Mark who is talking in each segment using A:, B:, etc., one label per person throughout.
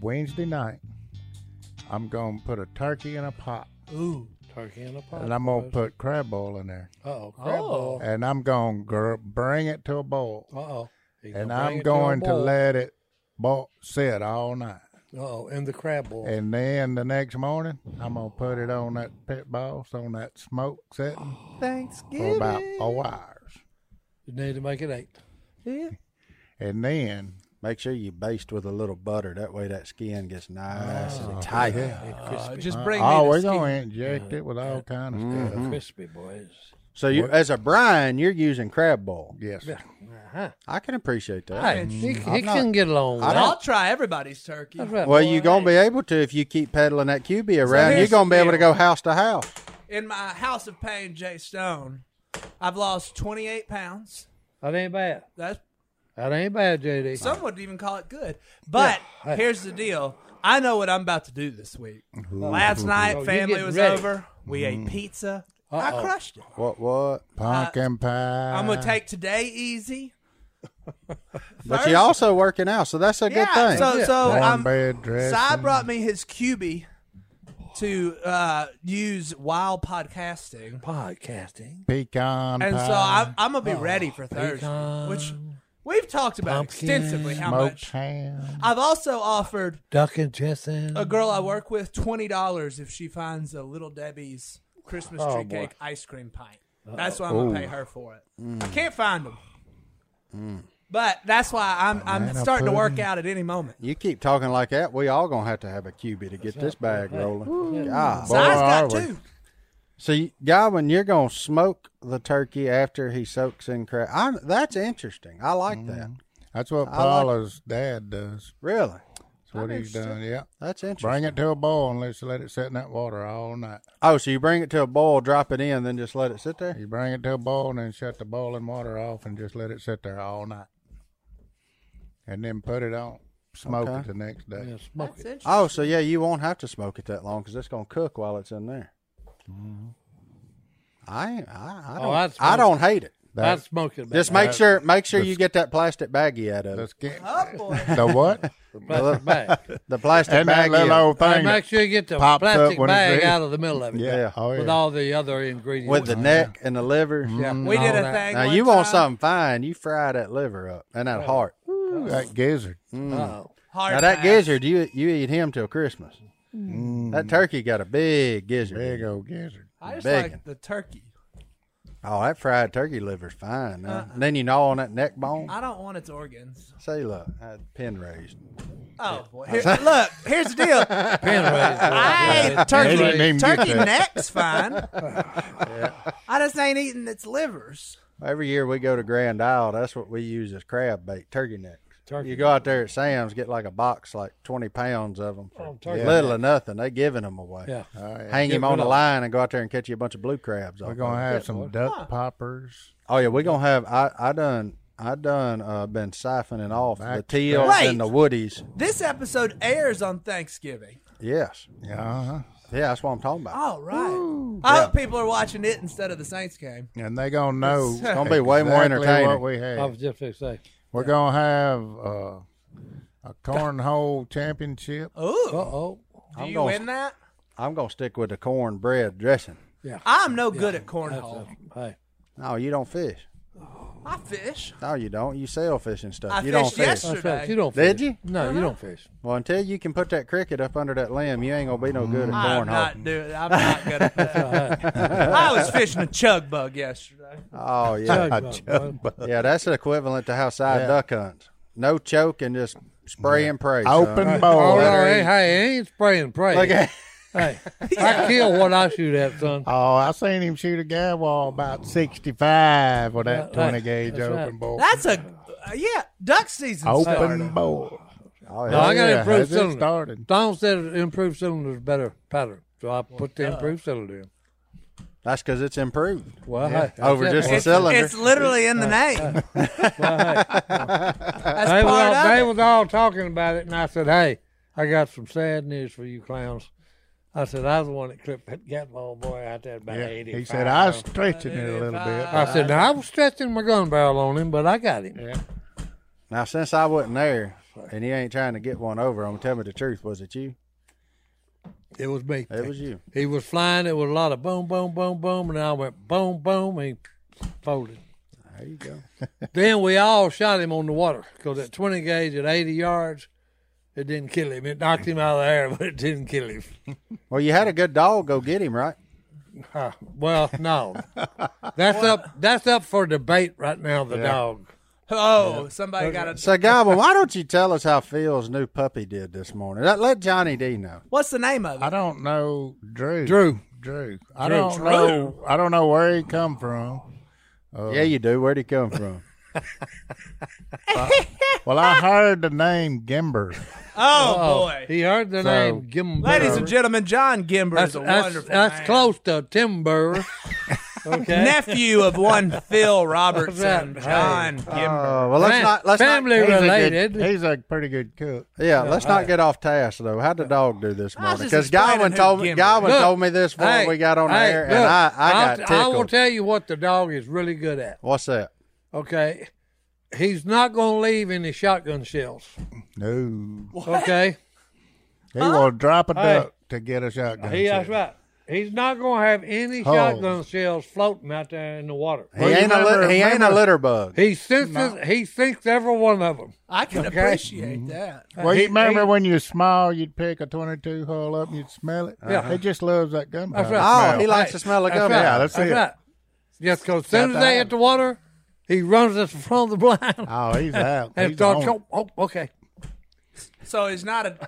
A: Wednesday night, I'm gonna put a turkey in a pot,
B: Ooh, turkey in a pot.
A: and I'm gonna put crab boil in there,
B: Uh-oh, crab
C: Oh.
A: and I'm gonna gr- bring it to a boil,
B: Uh-oh. He's
A: and
B: gonna bring
A: I'm
B: it a
A: going to
B: boil.
A: let it boil sit all night,
B: Uh-oh, in the crab
C: Oh.
B: boil.
A: and then the next morning, I'm gonna put it on that pit boss on that smoke setting for
C: Thanksgiving.
A: about four hours,
B: you need to make it eight.
C: Yeah.
A: and then
D: Make sure you baste with a little butter. That way, that skin gets nice and tight.
C: Uh, just bring me
A: oh,
C: the
A: we're
C: skin.
A: gonna inject it with all kind of
D: Mm.
B: Yeah,
A: stuff.
B: Uh-huh. crispy boys.
D: So, you, as a brine, you're using crab boil.
A: Yes,
B: Uh-huh.
D: I can appreciate that.
B: Hey, he, he
D: not-
B: can get along with
D: I
B: that.
D: don't-
C: I'll try everybody's turkey.
B: That's right,
D: Well,
B: boy.
D: you're gonna be able to if you keep peddling that QB around. you're
C: here's
D: gonna be
C: the
D: able to
C: deal.
D: go house to house.
C: In my house of pain, Jay Stone, I've lost 28 pounds.
B: That ain't bad.
C: That's
B: That ain't bad, JD.
C: some would even call it good. But here's the deal: I know what I'm about to do this week. Last night,
B: you're
C: family
B: getting
C: was
B: ready.
C: over. We ate pizza. I crushed it.
D: What? What?
A: pumpkin pie.
C: I'm gonna take today easy.
D: But you're also working out, so that's a good
C: Yeah,
D: thing.
C: So, so
A: Warm
C: um,
A: bed dressing.
C: Si brought me his QB to uh, use while podcasting,
B: Podcasting.
A: pecan
C: and
A: pie.
C: so I'm, I'm gonna be
D: Oh,
C: ready for Thursday, which we've talked about
B: pumpkin,
C: extensively. How
A: smoked
C: much?
A: ham.
C: I've also offered
B: Duck and Chesson.
C: a girl I work with twenty dollars if she finds a Little Debbie's Christmas tree
B: Oh, boy.
C: cake ice cream pint. That's why I'm gonna pay her for it.
D: Mm.
C: I can't find them, but that's why I'm I'm
A: Banana
C: starting to work
A: pudding.
C: out at any moment.
D: you keep talking like that, we all gonna have to have a QB to get this bag rolling. God.
C: So I've got
A: are we.
C: two.
D: So, you- Godwin, you're gonna smoke the turkey after he soaks in crab. I'm, that's interesting. I like that.
A: That's what Paula's dad does.
D: Really,
A: That's what he's done. Yeah.
D: that's interesting.
A: Bring it to a boil and let's let it sit in that water all night.
D: Oh, so you bring it to a boil, drop it in, then just let it sit there.
A: You bring it to a boil and then shut the boiling water off and just let it sit there all night. And then put it on, smoke
D: Okay.
A: it the next day.
B: Yeah, smoke it.
D: Oh, so yeah, you won't have to smoke it that long because it's gonna cook while it's in there.
C: Mm-hmm.
D: I ain't- I I
B: Oh,
D: don't,
B: I'd smoke
D: I don't hate it.
B: I'd smoke it.
D: Just
B: back.
D: make sure make sure you get that plastic baggie out of it.
A: Let's get
C: Oh boy.
A: the what?
B: Plastic bag.
D: The plastic
A: and that
D: baggie.
A: little old
B: Hey,
A: thing.
B: make
A: that-
B: sure you get the
A: pops up
B: plastic
A: when it's
B: bag
A: ready.
B: out of the middle of it.
A: yeah. Oh, yeah.
B: With all the other ingredients.
D: with the neck and the liver.
A: Mm-hmm.
B: Yeah,
C: We
B: and
C: did
B: all
C: a
B: that.
C: thing.
D: Now
C: one
D: you want
C: time. Oh.
D: something fine, you fry that liver up and that heart.
A: Ooh, that gizzard.
B: Uh-oh.
C: Hard
D: Now that
C: pass. Mm.
D: gizzard, you you eat him till Christmas. That turkey got a big gizzard.
A: Big old gizzard.
C: I just
D: big.
C: like the turkey.
D: Oh, that fried turkey liver's fine. man. And then you gnaw on that neck bone.
C: I don't want its organs.
D: Say, look, I had pin raised.
C: Oh boy! Here- look, here's the deal. I ate
A: They
C: turkey.
A: didn't even get
C: Turkey
A: that.
C: neck's fine. I just ain't eating its livers.
D: Every year we go to Grand Isle. That's what we use as crab bait, turkey necks.
B: Turkey
D: you go out there at Sam's, get like a box, like twenty pounds of them, for
B: Oh, turkey
D: little or nothing. They giving them away.
B: Yeah.
D: Hang him
B: Get
D: on the
B: rid of 'em.
D: line and go out there and catch you a bunch of blue crabs.
A: We're
D: off
A: gonna
D: of
A: have some duck poppers.
D: it. Oh yeah, we're gonna have. I I done. I done. Uh, been siphoning off the
A: Back-
D: teals
C: Wait.
D: and the woodies.
C: This episode airs on Thanksgiving.
D: Yes.
A: Yeah. Uh-huh.
D: Yeah, that's what I'm talking about.
C: All right. I hope people are watching it instead of the Saints game.
A: and they gonna know it's
D: gonna be way more entertaining.
A: What we
B: I was
A: have,
B: just going to say.
A: we're gonna have uh, a cornhole championship.
C: Ooh,
B: Uh-oh.
C: do you
D: gonna-
C: win that?
D: I'm gonna stick with the cornbread dressing.
C: I'm no good at cornhole.
B: Hey.
D: No, you don't fish.
C: I fish.
D: No, you don't. You sail fish and stuff.
C: I
D: you don't
C: fished
D: fish.
C: yesterday.
B: That's right. You don't fish.
D: Did you?
B: No, you don't fish.
D: Well, until you can put that cricket up under that limb, you ain't gonna be no good at
C: Mm, I'm
D: cornhole.
C: not doing. I'm not good at that. I was fishing a chug bug yesterday.
D: Oh yeah,
B: Tug boat, bud.
D: yeah. That's equivalent to how side
A: Yeah.
D: duck hunt. No choke and just spray and pray. son.
A: Open bowl.
B: Oh, no, hey, hey, it ain't spray and pray.
D: Look at
B: Hey, I kill what I shoot at, son.
A: Oh, I seen him shoot a guy wall about sixty-five with that
B: Yeah, right.
A: twenty gauge
B: That's right.
A: open bore.
C: That's a uh, yeah. Duck season.
A: open
C: started.
A: bore.
D: Oh,
B: No, I got
A: yeah,
B: improved
A: has it
B: cylinder.
A: started?
B: Donald said improved cylinder is better pattern, so I put the improved cylinder in.
D: That's because it's improved.
B: Well, hey,
D: Over
B: that's
D: just
B: it.
D: a cylinder.
C: It's literally in the name. That's
B: they,
C: part
B: was all,
C: of
B: they
C: it.
B: was all talking about it, and I said, "Hey, I got some sad news for you clowns." I said, "I was the one that clipped that gat old boy out there about
A: Yeah,
B: eighty.
A: he said I was stretching it a little bit.
B: I said, "Now I was stretching my gun barrel on him, but I got him."
A: yeah.
D: Now, since I wasn't there and you ain't trying to get one over, I'm going to tell me the truth. Was it you?
B: It was me.
D: It was you.
B: He was flying. It was a lot of boom, boom, boom, boom, and I went boom, boom, and he folded.
D: There you go.
B: Then we all shot him on the water because at 20 gauge at 80 yards, it didn't kill him. It knocked him out of the air, but it didn't kill him.
D: Well, you had a good dog go get him, right?
B: Huh. well, no, that's up. That's up for debate right now. The dog.
C: Oh, somebody got a.
D: So, Goblin, why don't you tell us how Phil's new puppy did this morning? Let, let Johnny D know.
C: What's the name of
A: I
B: Uh,
C: it?
A: don't know Drew.
B: Drew.
A: Drew. I
B: Drew.
A: don't
B: Drew.
A: know. I don't know where he come from.
D: yeah, you do. Where'd he come from?
A: Well, I heard the name Gimber.
C: Oh, boy,
B: He heard the name Gimber.
C: ladies and gentlemen, John Gimber
B: that's,
C: is a
B: that's,
C: wonderful.
B: that's
C: man.
B: close to timber. Okay.
C: Nephew of one Phil Robertson,
B: Right.
C: John
D: Oh,
C: Gimber.
D: well, let's
B: Fam-
D: not. Let's
B: family
A: He's
D: Not,
A: a good-
B: related.
A: he's a pretty good cook.
D: yeah, let's not get off task though. How'd the dog do this morning?
C: just
D: Because Goblin
C: explaining who
D: told me
C: Gimmer
D: Goblin
B: Look,
D: told me this before
B: hey,
D: we got on
B: hey,
D: there, and
B: look,
D: I I
B: I'll
D: got
B: t- I will
D: tickled.
B: tell you what the dog is really good at.
D: What's that?
B: Okay. He's not going to leave any shotgun shells.
A: No,
B: Okay.
A: he will drop a
B: Hey.
A: duck to get a shotgun.
B: He, that's
A: shot.
B: right. He's not going to have any
A: Holes.
B: shotgun shells floating out there in the water.
D: He
A: Well, you
D: ain't a
A: remember-
D: lit- he ain't a
A: remember-
D: litter bug.
B: He sinks. He sinks every one of them.
C: I can appreciate that.
A: Well,
B: He-
A: you remember
B: he-
A: when you small, you'd pick a twenty-two hole up and you'd smell it.
B: Yeah.
A: he just loves that gunpowder.
B: right.
D: Oh, he likes the smell of
B: That's
D: gum.
B: right.
A: Yeah, that's
B: that's
A: it.
B: right. Yes, because as soon as they hit the water, he runs us from the blind
A: smell. Oh, he's out.
B: and
A: he's
B: starts.
A: on.
B: Oh, oh, okay.
C: So he's not a.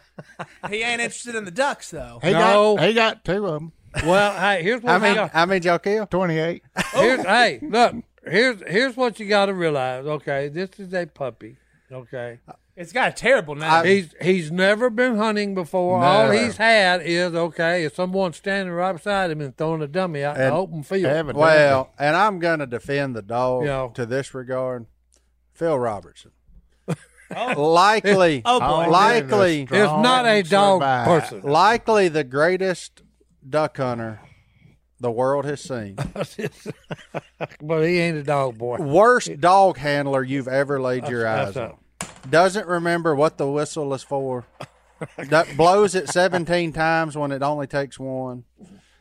C: He ain't interested in the ducks though.
A: He
B: No.
A: got he got two of them.
B: Well, hey, here's what
D: I
B: we
D: mean,
B: got.
D: I mean, y'all kill.
A: Twenty-eight.
B: Here's, hey, look. Here's here's what you got to realize. Okay, this is a puppy. Okay,
C: It's got a terrible name.
B: he's he's never been hunting before. All
A: Never.
B: he's had is okay, is someone standing right beside him and throwing a dummy out in
D: And-
B: the open field.
A: Evidently.
D: Well, and I'm gonna defend the dog
B: Yeah.
D: to this regard. Phil Robertson, likely,
C: Oh, boy.
D: likely,
A: Goodness.
B: It's not a dog
A: Survive.
B: person.
D: likely the greatest duck hunter the world has seen.
B: but he ain't a dog boy.
D: Worst dog handler you've ever laid your eyes
B: That's
D: on. Doesn't remember what the whistle is for. that blows it 17 times when it only takes one.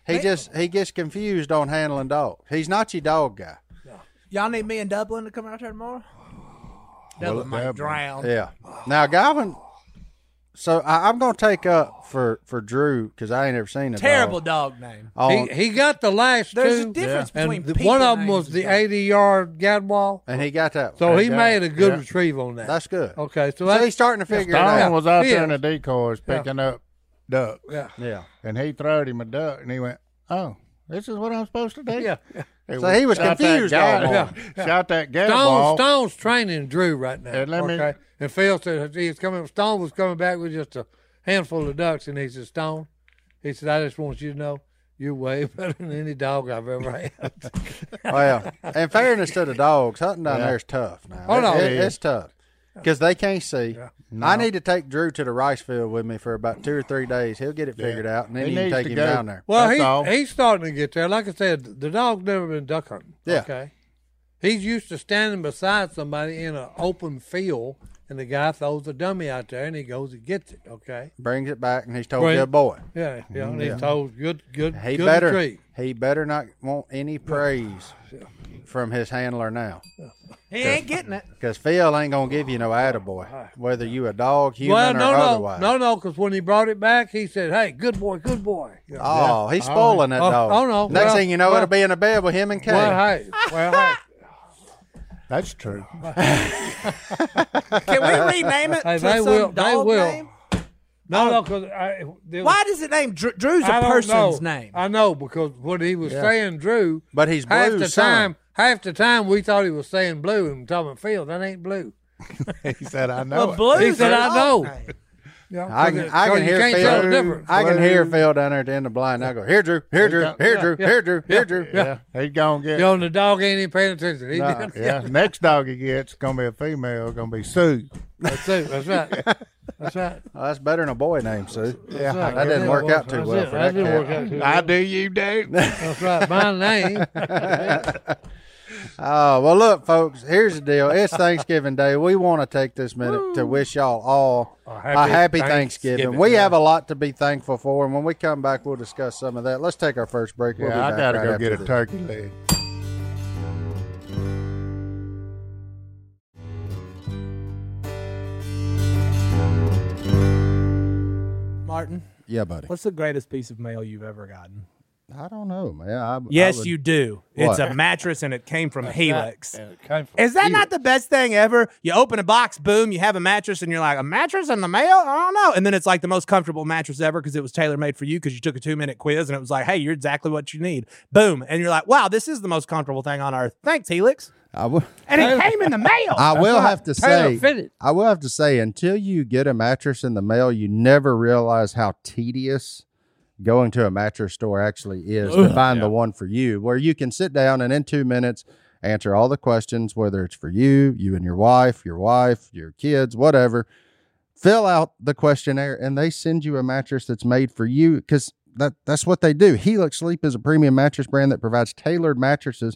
D: He just he gets confused on handling dogs. He's not your dog guy.
C: Y'all need me in Dublin to come out there tomorrow. Dublin might
A: Dublin.
C: drown.
D: Yeah. Now, Goblin. So I, I'm gonna take up for for Drew because I ain't ever seen a
C: Terrible
D: Dog.
C: dog name.
D: On-
B: He, he got the last
C: There's
B: two,
C: a difference
B: and
C: between
B: the-
C: people
B: one of them
C: names
B: was
C: and
B: the
C: dogs.
B: 80 yard gadwall,
D: and he got that.
B: so
D: one.
B: he made a good
A: Yeah.
B: retrieve on that.
D: That's good.
B: okay. So
D: So
B: that's
D: he's starting to figure it
A: Don
D: out.
A: was out
B: Yeah.
A: there in the decoys picking up ducks,
B: yeah.
D: Yeah.
A: and he throwed him a duck, and he went, "Oh, this is what I'm supposed to do."
B: Yeah.
D: So he was
A: shot that
D: confused
A: guy-
D: all
B: morning.
A: Shot that gun
B: Stone,
A: ball.
B: Stone's training Drew right now.
A: And let me-
B: okay? and Phil said he was coming. Stone was coming back with just a handful of ducks, and he said, "Stone," he said, "I just want you to know you're way better than any dog I've ever had."
D: Well, in fairness to the dogs, hunting down there is tough. Now,
B: Oh, no,
D: It-
B: it
D: it- it's tough because they can't see. I need to take Drew to the rice field with me for about two or three days. He'll get it figured out, and then
A: He
D: you can
A: needs
D: take
A: to
D: him
A: go.
D: down there.
B: well,
A: That's all.
B: he's he's starting to get there. Like I said, the dog's never been duck hunting.
D: Yeah.
B: Okay. He's used to standing beside somebody in an open field, and the guy throws a dummy out there, and he goes and gets it. Okay.
D: Brings it back, and he's told
B: Bring-
D: good boy.
B: Yeah. Yeah. And he's told good, good,
D: He
B: good
D: better
B: retrieve.
D: he better not want any praise from his handler now,
C: He ain't getting it.
D: because Phil ain't gonna give you no attaboy, whether you a dog, human,
B: Oh, Well,
D: or
B: no, no,
D: otherwise.
B: no, no, because when he brought it back, he said, "Hey, good boy, good boy." Yeah.
D: Oh, he's spoiling that
B: Oh,
D: dog.
B: oh, no.
D: Next
B: Well,
D: thing you know,
B: well-
D: it'll be in a bed with him and Kay.
B: Well, hey, well, hey,
A: That's true.
C: Can we rename it
B: Hey,
C: to
B: they
C: some
B: will- they
C: dog
B: will.
C: name?
B: No, no, because I. there was-
E: Why does it name Drew? Drew's
B: I
E: a
B: don't
E: person's
B: know.
E: name.
B: I know because what he was saying, Drew.
D: But he's
B: half
D: blue,
B: the
D: son.
B: time. Half the time we thought he was saying blue and talking Phil. That ain't blue.
A: he said, "I know."
E: Well,
A: it."
E: Blue's
B: He said,
E: an
B: "I
E: old
B: know."
E: name.
D: I can, I can
B: you
D: hear
B: can't tell the
D: Phil.
B: difference.
D: I can hear Phil down there at the end of the blind. I go here, Drew, here, Drew, here, Drew, here, Drew, here, Drew.
A: Yeah, he's gonna get.
B: You know, and the dog ain't even paying attention. He
A: Nah,
B: did.
A: yeah, next dog he gets gonna be a female, gonna be Sue.
B: That's it. That's right. That's right.
D: Oh, that's better than a boy name, Sue.
A: Yeah,
B: That's
D: That
B: right.
D: didn't work out too
B: That's
D: well
B: it.
D: for
B: That
D: that
B: didn't work
D: cat.
B: out too
A: I
B: well.
A: do, you do.
B: That's right. My name.
D: Oh well, look, folks. Here's the deal. It's Thanksgiving Day. We want to take this minute to wish y'all all a happy,
B: happy
D: Thanksgiving.
B: Thanksgiving,
D: We have a lot to be thankful for, and when we come back, we'll discuss some of that. Let's take our first break. We'll
A: yeah,
D: be
A: I
D: back
A: gotta
D: right
A: go
D: after
A: get a
D: this.
A: turkey leg.
E: Martin,
D: Yeah, buddy.
E: what's the greatest piece of mail you've ever gotten?
D: I don't know, man. I,
C: Yes,
D: I would-
C: you do. It's
D: What?
C: a mattress and it came from Helix.
A: Came from-
C: Is that not the best thing ever? You open a box, boom, you have a mattress, and you're like, a mattress in the mail? I don't know. And then it's like the most comfortable mattress ever because it was tailor made for you because you took a two minute quiz and it was like, hey, you're exactly what you need. Boom. And you're like, wow, this is the most comfortable thing on earth. Thanks, Helix.
D: I would.
C: And it came in the mail.
D: I will have to say,
B: tailor-fitted.
D: I will have to say, until you get a mattress in the mail, you never realize how tedious going to a mattress store actually is to find the one for you, where you can sit down and in two minutes answer all the questions, whether it's for you, you and your wife, your wife, your kids, whatever. Fill out the questionnaire, and they send you a mattress that's made for you because that that's what they do. Helix Sleep is a premium mattress brand that provides tailored mattresses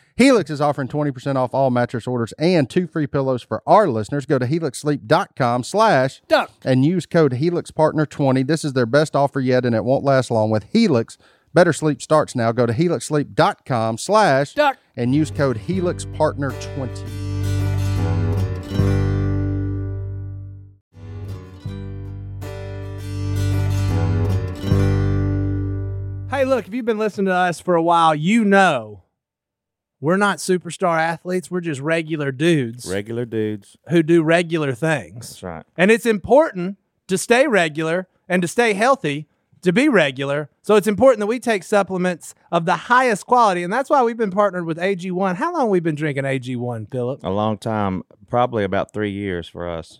D: Helix is offering 20% off all mattress orders and two free pillows for our listeners. Go to helixsleep.com slash
B: Duck.
D: and use code HelixPartner20. This is their best offer yet, and it won't last long with Helix. Better sleep starts now. Go to helixsleep.com slash
B: Duck.
D: and use code HelixPartner20.
C: Hey, look, if you've been listening to us for a while, you know we're not superstar athletes. We're just regular dudes
F: Regular dudes.
C: who do regular things.
F: That's right.
C: And it's important to stay regular and to stay healthy to be regular. So it's important that we take supplements of the highest quality. And that's why we've been partnered with AG1. How long have we been drinking AG1, Philip?
F: A long time, probably about three years for us.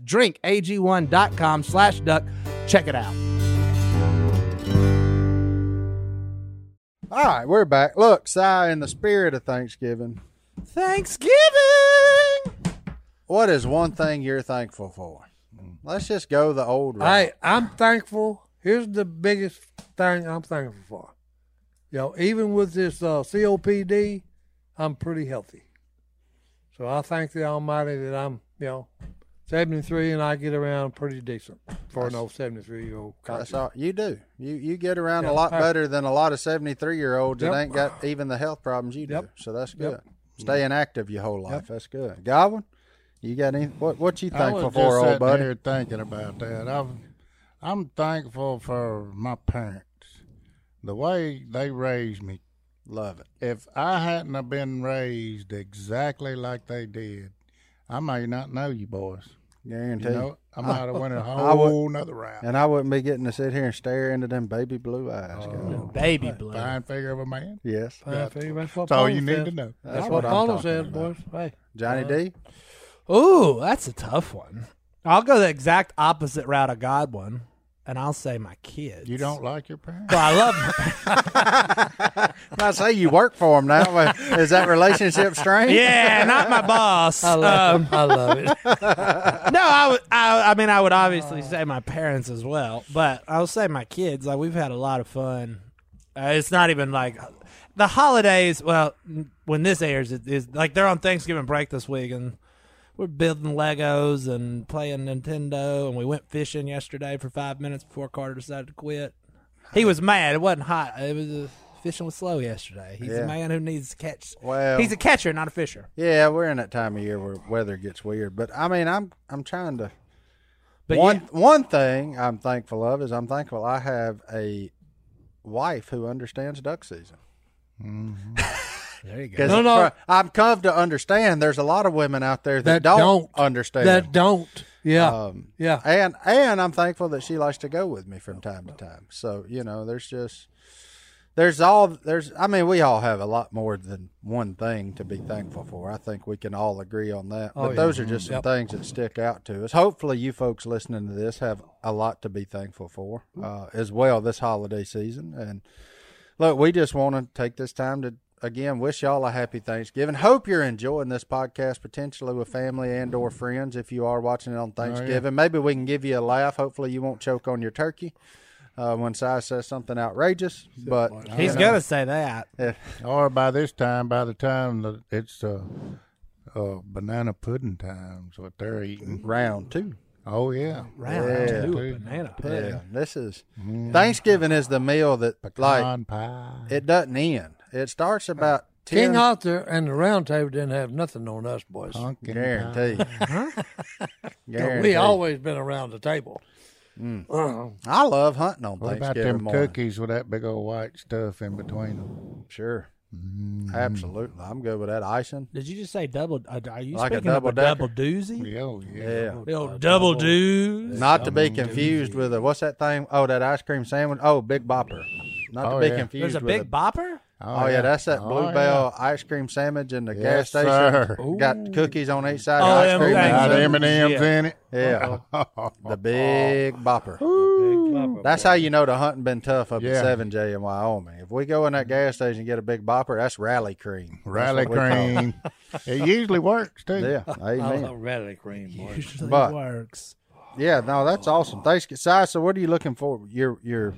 C: drinkag1.com slash duck. Check it out.
D: All right, we're back. Look, Si, in the spirit of Thanksgiving,
C: Thanksgiving.
D: what is one thing you're thankful for?
A: Mm.
D: Let's just go the old route.
B: Hey, I'm thankful. Here's the biggest thing I'm thankful for. You know, even with this uh, COPD, I'm pretty healthy. So I thank the Almighty that I'm, you know, 73 and I get around pretty decent for an old 73 year old.
D: That's all you do. You you get around
B: Yeah.
D: a lot
B: Hey.
D: better than a lot of seventy three year olds
B: Yep.
D: that ain't got even the health problems you do.
B: Yep.
D: So that's good.
B: Yep.
D: Staying active your whole life. That's good. Godwin, you got any? What what you
A: I
D: thankful
A: was just
D: for, old
A: sitting
D: buddy?
A: Here thinking about that, I'm I'm thankful for my parents, the way they raised me.
D: Love it.
A: If I hadn't have been raised exactly like they did, I may not know you boys.
D: Guarantee.
A: You know, I might have went a
D: I would-
A: whole nother route.
D: And I wouldn't be getting to sit here and stare into them baby blue eyes.
A: Oh.
D: Godwin.
G: Baby blue.
A: Fine figure of a man.
D: Yes.
B: That's what
A: That's all
B: Paula
A: you need
B: said.
A: to know.
B: That's
D: That's
B: what
D: what I'm
B: Paula
D: talking
B: said, boys.
D: about.
B: Hey,
D: Johnny D.
G: Ooh, that's a tough one. I'll go the exact opposite route of Godwin, and I'll say my kids.
A: You don't like your parents?
G: Well, I love my-
D: I say you work for him now. but Is that relationship strained?
G: yeah, not my boss. Um,
B: I love, I love it.
G: no, I would. I, I mean, I would obviously say my parents as well, but I'll say my kids. Like we've had a lot of fun. Uh, it's not even like the holidays. Well, n- when this airs, it is like they're on Thanksgiving break this week, and we're building Legos and playing Nintendo, and we went fishing yesterday for five minutes before Carter decided to quit. He was mad. It wasn't hot. It was. Uh, Fishing was slow yesterday. He's
D: Yeah.
G: a man who needs to catch.
D: Well-
G: he's a catcher, not a fisher.
D: Yeah, we're in that time of year where weather gets weird. But I mean, I'm I'm trying to.
G: But
D: one
G: yeah.
D: one thing I'm thankful of is I'm thankful I have a wife who understands duck season.
A: Mm-hmm.
G: There you go.
D: 'Cause
B: No, no.
D: fr- I'm come to understand. There's a lot of women out there
B: That
D: that, don't,
B: don't.
D: understand.
B: That don't. Yeah.
D: Um,
B: yeah.
D: and and I'm thankful that she likes to go with me from time to time. So you know, there's just there's all there's. I mean, we all have a lot more than one thing to be thankful for. I think we can all agree on that. but those are just some things that stick out to us. Hopefully, you folks listening to this have a lot to be thankful for uh, as well this holiday season. And look, we just want to take this time to again wish y'all a happy Thanksgiving. Hope you're enjoying this podcast potentially with family and or friends if you are watching it on Thanksgiving. Maybe we can give you a laugh. Hopefully you won't choke on your turkey. Uh, when Si says something outrageous, but
G: he's gonna say that.
A: Or by this time, by the time that it's uh, uh, banana pudding times, what they're eating.
D: round two.
A: Oh yeah,
G: Round
D: Yeah.
G: two of banana pudding.
D: Yeah, this is Thanksgiving is the meal that like
A: pecan pie.
D: it doesn't end. It starts about
B: King
D: ten.
B: Arthur and the Round Table didn't have nothing on us boys.
A: Honking.
D: Guarantee. Guarantee.
B: We always been around the table.
D: I love hunting on
A: What about
D: Thanksgiving
A: them
D: morning.
A: cookies with that big old white stuff in between them?
D: Sure.
A: Mm.
D: Absolutely. I'm good with that icing.
C: Did you just say double? Uh, are you
D: Like a
C: speaking of a
D: double-decker.
C: double doozy?
A: Yeah, oh, yeah.
D: Yeah.
C: The old double doos.
D: Not to be confused with a what's that thing? Oh, that ice cream sandwich. Oh, Big Bopper. Not
A: Oh,
D: to be
A: yeah.
D: confused
C: There's a
D: with
C: big bopper.
D: Oh, yeah, that's that
A: Oh,
D: Bluebell ice cream sandwich in the gas
A: Yes,
D: station.
A: sir. Ah,
D: Got cookies on each side.
C: Oh,
D: of ice
C: them
D: cream.
C: things.
A: Got
D: Yeah.
C: Thanks.
A: M&M's in it. Oh,
D: The big bopper. That's how you know the hunting been tough up
A: Yeah.
D: at 7J in Wyoming. If we go in that gas station and get a big bopper, that's rally cream. That's
A: Rally
D: what we call it.
A: cream. it usually works, too.
D: Yeah,
B: I
D: amen.
B: love rally cream, boys.
C: Usually
D: But-
C: works.
D: Yeah, no, that's awesome. Thanks, Si. So, what are you looking for? Your your,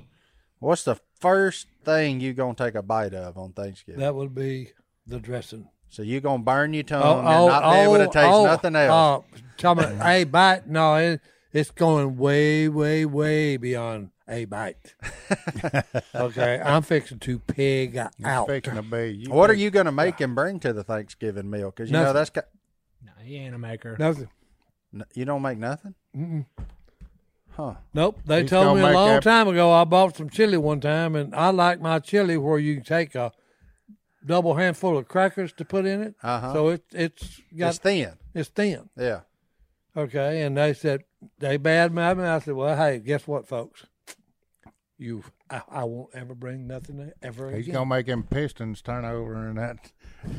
D: what's the first thing you gonna take a bite of on Thanksgiving?
B: That would be the dressing.
D: So you gonna burn your tongue Oh, and not be able to taste
B: oh,
D: nothing else.
B: Oh, tell me, a bite? No, it, it's going way, way, way beyond a bite. okay, I'm fixing to pig out.
A: Fixing to be. You
D: what are you gonna make and bring to the Thanksgiving meal? Because you know
B: oh. Nothing.
D: that's got,
C: No, he ain't a maker.
B: Nothing.
D: n- you don't make nothing.
B: Nope. They
A: He's
B: told
A: gonna
B: me a
A: make
B: long
A: that-
B: time ago. I bought some chili one time, and I like my chili where you can take a double handful of crackers to put in it.
D: Uh-huh.
B: So it, it's got
D: it's thin.
B: it's thin.
D: Yeah.
B: Okay, and they said they bad mouthed me. I said, "Well, hey, guess what, folks? You, I, I won't ever bring nothing ever
A: He's
B: again."
A: gonna make them pistons turn over in that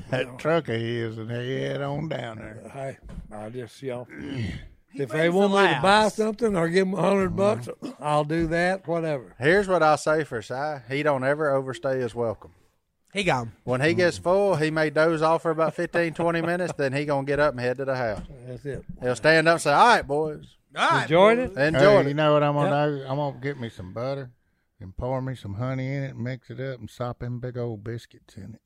A: that truck of his and head on down there.
B: hey, I just you know, if they want me to buy something or give them a 100
A: Uh-huh.
B: bucks, I'll do that. Whatever.
D: Here's what I'll say for Si: He don't ever overstay his welcome.
C: He gone.
D: When he gets
B: Mm.
D: full, he may doze off for about 15, 20 minutes. Then he gonna get up and head to the house.
B: That's it.
D: He'll stand up and say, "All right, boys,
G: Ah,
B: Enjoyed it.
D: enjoy
A: Hey, you
D: it."
A: know what I'm gonna do? I'm gonna get me some butter and pour me some honey in it, mix it up, and sop them big old biscuits in it.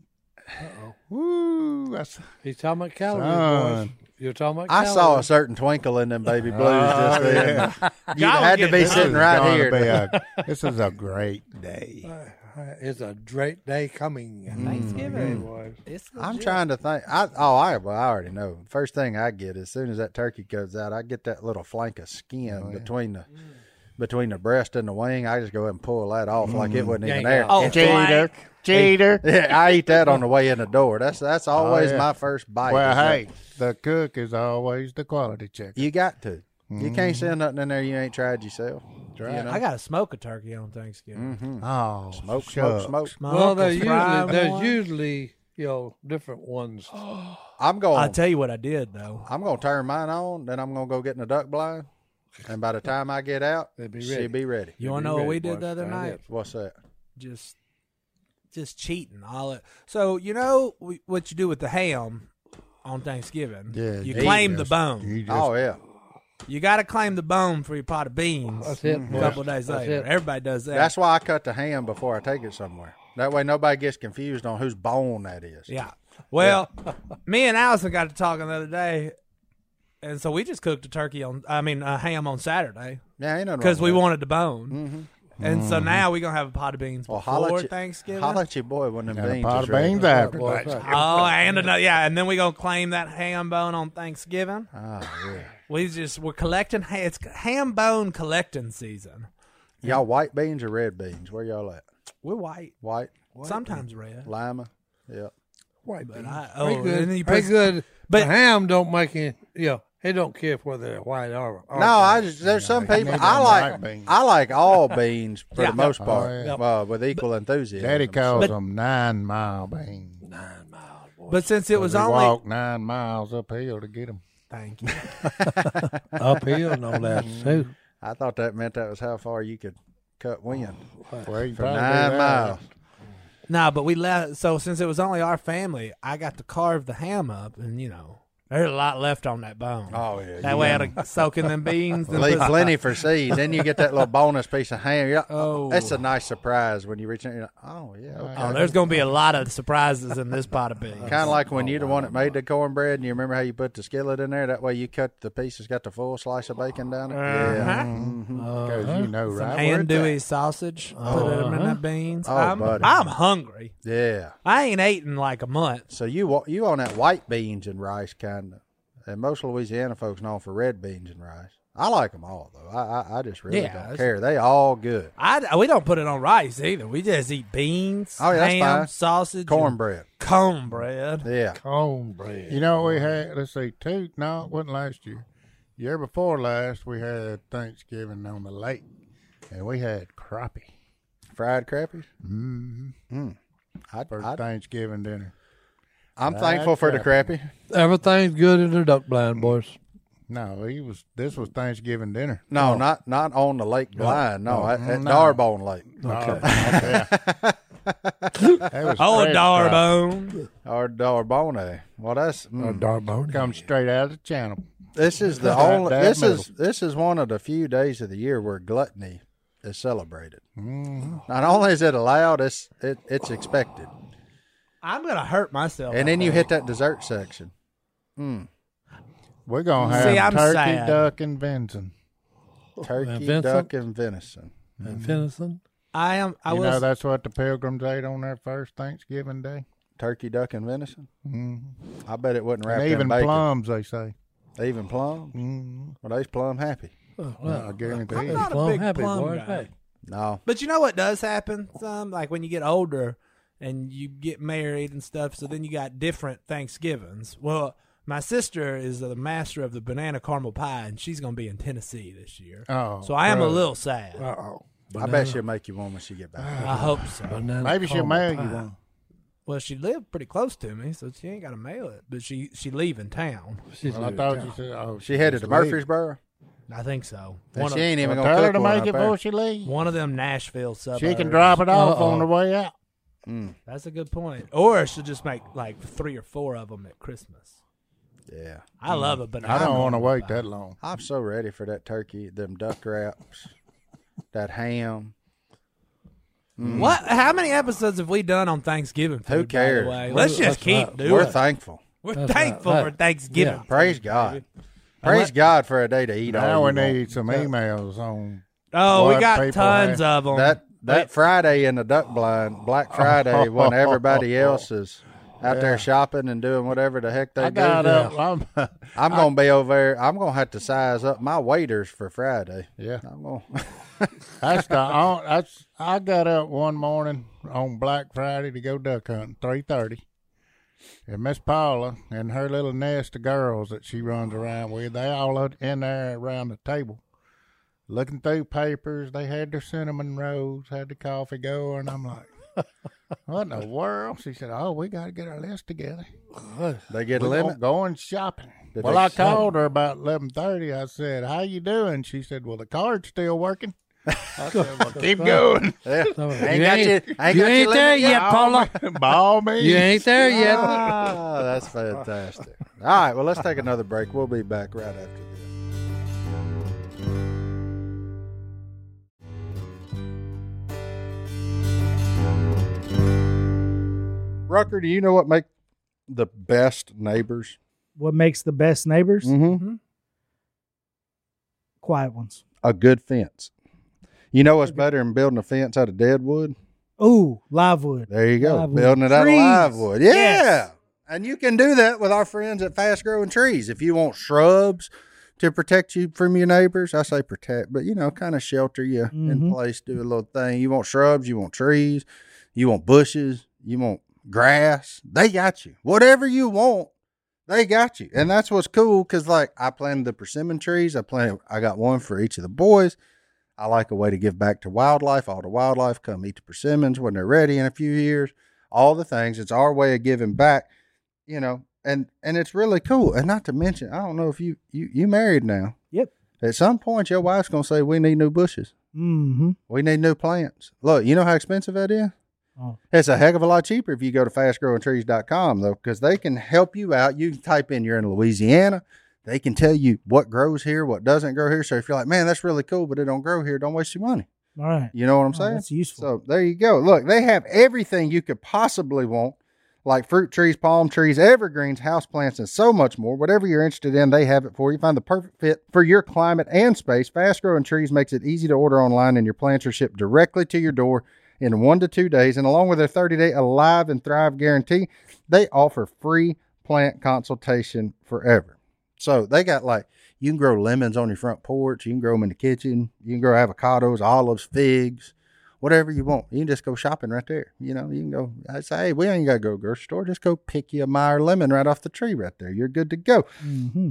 A: Uh-oh. Woo! That's,
B: He's talking about calories,
A: Son.
B: boys. You're talking about.
D: I
B: calories.
D: saw a certain twinkle in them baby blues
B: Oh,
D: just then. You
C: Y'all
D: had to
C: get
D: be
C: it.
D: sitting
A: this is
D: right
A: gonna
D: here.
A: be a- this is a great day.
B: It's a great day coming.
C: Thanksgiving.
B: Boys.
C: It's
D: I'm
C: legit.
D: trying to think. I oh, I well, I already know. First thing I get as soon as that turkey goes out, I get that little flank of skin
A: Oh,
D: between the between the breast and the wing. I just go ahead and pull that off like
A: Mm.
D: it wasn't even there.
C: Oh,
A: Cheater,
C: flank.
A: cheater.
D: Yeah, I eat that on the way in the door. That's that's always
A: Oh, yeah.
D: my first bite.
A: Well,
D: is that-
A: hey, the cook is always the quality checker.
D: you got to. You
A: Mm-hmm.
D: can't send nothing in there you ain't tried yourself. You know?
C: I gotta smoke a turkey on Thanksgiving.
A: Oh,
D: smoke, smoke,
A: shucks.
D: smoke.
C: Smoke
B: Well,
C: a
B: there's
C: fried
B: usually there's
C: one.
B: usually you know different ones.
D: I'm going.
C: I'll tell you what I did though.
D: I'm gonna turn mine on, then I'm gonna go get in the duck blind, and by the time I get out,
B: They'll be ready.
D: she'll be ready.
C: You want to know what we did the other night?
D: What's that?
C: just just cheating all it so you know we- what you do with the ham on thanksgiving
A: Yeah,
C: you
A: Jesus.
C: claim the bone
A: You just
D: Oh yeah.
C: you got to claim the bone for your pot of beans
B: That's it,
C: a
B: boys.
C: couple days
B: That's
C: later
B: it.
C: everybody does that
D: That's why I cut the ham before I take it somewhere. That way nobody gets confused on whose bone that is.
C: yeah well me and allison got to talking the other day and so we just cooked a turkey on i mean a ham on saturday
D: Yeah, ain't nothing
C: because
D: wrong
C: we
D: with
C: wanted the bone and so now we're gonna have a pot of beans
D: that. Well,
C: before
D: holla at, you,
C: thanksgiving
D: holla at your boy when them
A: got a
D: beans
A: pot
D: is
A: of
D: ready.
A: beans after.
B: Boys,
A: that.
B: right.
C: Oh, and another, yeah, and then we gonna claim that ham bone on Thanksgiving.
D: Ah, yeah.
C: We just we're collecting. ha- It's ham bone collecting season.
D: Y'all white beans or red beans? Where y'all at?
C: We're white,
D: White,
C: sometimes red.
D: lima. Yeah.
B: White beans.
C: I-
B: Very
C: oh,
B: good.
C: and then you
B: Very
C: put-
B: good. But
C: but-
B: the ham don't make any. You know, it don't care if whether they're white or.
A: Oh,
B: or
D: No, I just there's some people
A: need
D: I
A: them
D: like.
A: white beans.
D: I like all beans for
C: Yeah.
D: the most part,
A: Oh,
D: uh, with equal enthusiasm.
A: Daddy calls them nine mile beans.
C: But since it was
A: we
C: only
A: walked nine miles uphill to get them.
C: thank you,
B: uphill and all that too.
D: I thought that meant that was how far you could cut wind.
C: Oh.
A: Well, you
D: For
A: probably
D: nine
A: do that.
D: miles.
C: no, but we left. So since it was only our family, I got to carve the ham up, and you know There's a lot left on that bone.
B: Oh, yeah,
C: That way, it'll soak in them beans. and
D: Leave
C: put-
D: plenty for seed. Then you get that little bonus piece of ham. You're like,
C: Oh.
D: that's a nice surprise when you reach in. You're like, oh yeah, okay.
C: Oh, there's going to be a lot of surprises in this pot of beans.
D: Kind of like when you're the one that made the cornbread, and you remember how you put the skillet in there. That way, you cut the pieces, got the full slice of bacon down it.
C: Uh-huh.
A: Because you know, right?
C: Andouille sausage. Put it in the beans.
D: Oh,
C: I'm,
D: buddy.
C: I'm hungry.
D: Yeah.
C: I ain't ate in like a month.
D: So you wa- you on that white beans and rice kind of, and most Louisiana folks known for red beans and rice. I like them all though. I I, I just really
C: Yeah,
D: don't
C: that's-
D: care. They all good.
C: I, we don't put it on rice either. We just eat beans,
D: Oh, yeah, that's
C: ham,
D: fine.
C: sausage, and
D: Cornbread.
C: cornbread.
D: Yeah.
B: Cornbread.
A: You know what we had? Let's see, two. No, it wasn't last year. Year before last, we had Thanksgiving on the lake, and we had crappie
D: Fried crappies.
A: for
D: I'd-
A: Thanksgiving dinner.
D: I'm thankful for the crappie.
B: Everything's good in the duck blind, boys.
A: No, he was. This was Thanksgiving dinner.
D: No, not not on the lake blind. No, at, at Darbone Lake.
A: That was
C: Oh,
A: fresh crappie.
C: darbone.
D: Or Darbone. Well, that's mm.
A: Come straight out of the channel.
D: This is the
A: Right
D: only.
A: dab
D: This
A: middle.
D: is this is one of the few days of the year where gluttony is celebrated.
A: Mm-hmm.
D: Not only is it allowed, it's it, it's expected.
C: I'm gonna hurt myself.
D: And then you hit that dessert section.
A: We're gonna have
C: See, I'm
A: turkey,
C: sad.
A: duck, and venison.
D: Turkey,
B: venison?
D: duck, and venison.
B: And venison.
C: I am. I
A: you know
C: was.
A: that's what the pilgrims ate on their first Thanksgiving day.
D: Turkey, duck, and venison. Mm-hmm. I bet it wasn't wrapped
A: And even
D: in bacon.
A: plums, they say.
D: Even plum.
A: Mhm.
D: Well, they's plum happy.
A: I guarantee it.
C: not a
B: Plum
C: big
B: happy,
C: plum
B: boys.
C: guy.
B: Hey.
D: No,
C: but you know what does happen? Some like when you get older and you get married and stuff. So then you got different Thanksgivings. Well, my sister is the master of the banana caramel pie, and she's gonna be in Tennessee this year.
A: Oh, Uh,
C: so I am a
A: brother.
C: little sad.
B: Uh-oh.
D: I bet she'll make you one when she get back.
C: I hope so.
B: Banana
A: Maybe she'll
B: caramel
A: mail you
B: pie.
A: one.
C: Well, she lived pretty close to me, so she ain't got to mail it. But she she leaving town.
B: She's
A: Well, I
B: good.
A: thought you said. Oh,
D: she headed to
A: just leave.
D: Murfreesboro.
C: I think so.
D: and
C: One
D: she
C: of,
D: ain't even
A: Well,
D: gonna
A: tell her
D: cook
A: to
D: one
A: make
D: up
A: it
D: there.
A: before she leaves.
C: one of them Nashville suburbs.
A: She can drop it off on the way out.
C: That's a good point. Or she'll just make like three or four of them at Christmas.
D: Yeah,
C: I love it, but
A: Mm. I don't want to wait that long.
D: I'm so ready for that turkey, them duck wraps, that ham.
C: What? How many episodes have we done on Thanksgiving? Food,
D: Who
C: By
D: cares?
C: the way? Let's just
B: that's
C: keep
B: right.
C: doing.
D: We're
C: it.
D: thankful.
C: We're
B: That's
C: thankful
B: right.
C: for Thanksgiving.
D: Praise God. Praise God for a day to eat
A: Now
D: all
A: we
D: you want.
A: need some emails on.
C: Oh,
A: What
C: we got
A: people
C: tons
A: have.
C: of them.
D: that that Friday in the duck blind, Black Friday, when everybody else is out there shopping and doing whatever the heck they
A: I
D: do.
A: got up. I'm,
D: I'm gonna be over there. I'm gonna have to size up my waiters for Friday.
A: yeah,
D: I'm gonna,
A: that's the. on- That's I got up one morning on Black Friday to go duck hunting, three thirty. And Miss Paula and her little nest of girls that she runs around with, they all up in there around the table, looking through papers. They had their cinnamon rolls, had the coffee going. I'm like, what in the world? She said, "Oh, we got to get our list together."
D: they get a
A: we
D: limit.
A: won't go going shopping.
D: Did
A: well,
D: they
A: I
D: sell-
A: called her about eleven thirty. I said, "How you doing?" She said, "Well, the card's still working." I said, well, "Keep going."
D: Yeah.
B: oh, You
D: Ain't got your-
B: ain't,
D: ain't
B: you
D: got your
B: ain't
D: limit
B: there
D: yet.
B: yet, Paula.
A: By all means.
B: You ain't there yet.
D: Ah, that's fantastic. All right, well, let's take another break. We'll be back right after this. Rucker, do you know what make the best neighbors?
H: What makes the best neighbors?
D: Mm-hmm.
H: Quiet ones.
D: A good fence. You know what's better than building a fence out of dead wood?
H: Ooh, live wood.
D: There you go.
H: Live wood.
D: Building it out
H: Trees.
D: of live wood. Yeah.
H: Yes.
D: And you can do that with our friends at Fast Growing Trees. If you want shrubs to protect you from your neighbors, I say protect, but you know, kind of shelter you in
H: Mhm.
D: place, do a little thing. You want shrubs, you want trees, you want bushes, you want grass. They got you. Whatever you want, they got you. And that's what's cool because, like, I planted the persimmon trees. I planted, I got one for each of the boys. I like a way to give back to wildlife. All the wildlife come eat the persimmons when they're ready in a few years. All the things. It's our way of giving back, you know. And and it's really cool. And not to mention, I don't know if you you you married now.
H: Yep.
D: At some point, your wife's gonna say, "We need new bushes.
H: Mm-hmm.
D: We need new plants." Look, you know how expensive that is.
H: Oh.
D: It's a heck of a lot cheaper if you go to fastgrowingtrees.com though, because they can help you out. You can type in you're in Louisiana. They can tell you what grows here, what doesn't grow here. So if you're like, man, that's really cool, but it don't grow here, don't waste your money.
H: All right.
D: You know what I'm
H: Oh,
D: saying?
H: that's useful.
D: So there you go. Look, they have everything you could possibly want, like fruit trees, palm trees, evergreens, houseplants, and so much more. Whatever you're interested in, they have it for you. Find the perfect fit for your climate and space. Fast growing trees makes it easy to order online, and your plants are shipped directly to your door in one to two days. And along with their 30 day Alive and Thrive guarantee, they offer free plant consultation forever. So they got like you can grow lemons on your front porch, you can grow them in the kitchen, you can grow avocados, olives, figs, whatever you want. You can just go shopping right there. You know, you can go. I say, hey, we ain't got to go to a grocery store. Just go pick you a Meyer lemon right off the tree right there. You're good to go.
H: hmm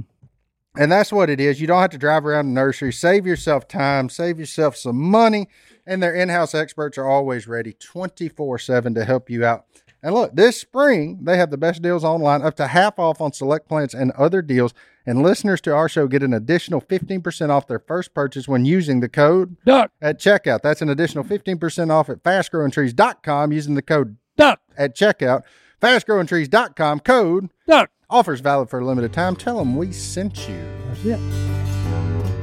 D: And that's what it is. You don't have to drive around the nursery. Save yourself time, save yourself some money. And their in house experts are always ready 24 7 to help you out. And look, this spring, they have the best deals online, up to half off on select plants and other deals. And listeners to our show get an additional 15% off their first purchase when using the code
A: Duck.
D: at checkout. That's an additional 15% off at fastgrowingtrees.com using the code
A: Duck.
D: at checkout. Fastgrowingtrees.com code
A: Duck.
D: offers valid for a limited time. Tell them we sent you.
H: That's it.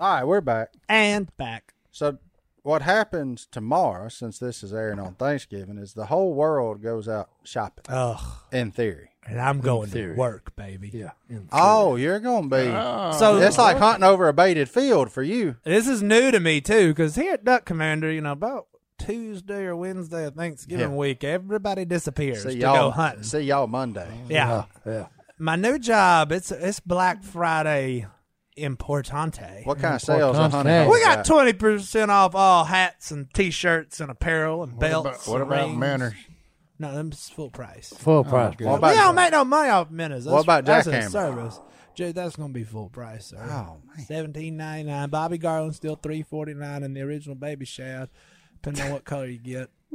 D: All right, we're back.
C: And back.
D: So, what happens tomorrow, since this is airing on Thanksgiving, is the whole world goes out shopping.
C: Ugh.
D: In theory.
C: And I'm going to work, baby.
B: Yeah. And
D: Oh, you're gonna be.
C: So
D: it's like
A: Uh-huh.
D: hunting over a baited field for you.
C: This is new to me too, because here at Duck Commander, you know, about Tuesday or Wednesday of Thanksgiving
D: Yeah.
C: week, everybody disappears
D: See
C: to
D: y'all.
C: go hunting.
D: See y'all Monday.
C: yeah.
B: yeah.
C: my new job it's it's Black Friday importante.
D: What kind of sales are hunting?
B: Hey.
D: over
C: we got
D: at?
C: twenty percent off all hats and t-shirts and apparel and
A: What
C: belts.
A: about, what
C: and
A: about
C: rings.
A: manners?
C: No, them's full price.
B: Full price.
D: What
C: We don't
D: about
C: make no money off minutes. That's,
D: What about
C: that's
D: jackhammer?
C: a service? Dude, that's gonna be full price, sir.
D: Oh, man.
C: Seventeen ninety nine. Bobby Garland still three forty nine, and the original baby shad, depending on what color you get.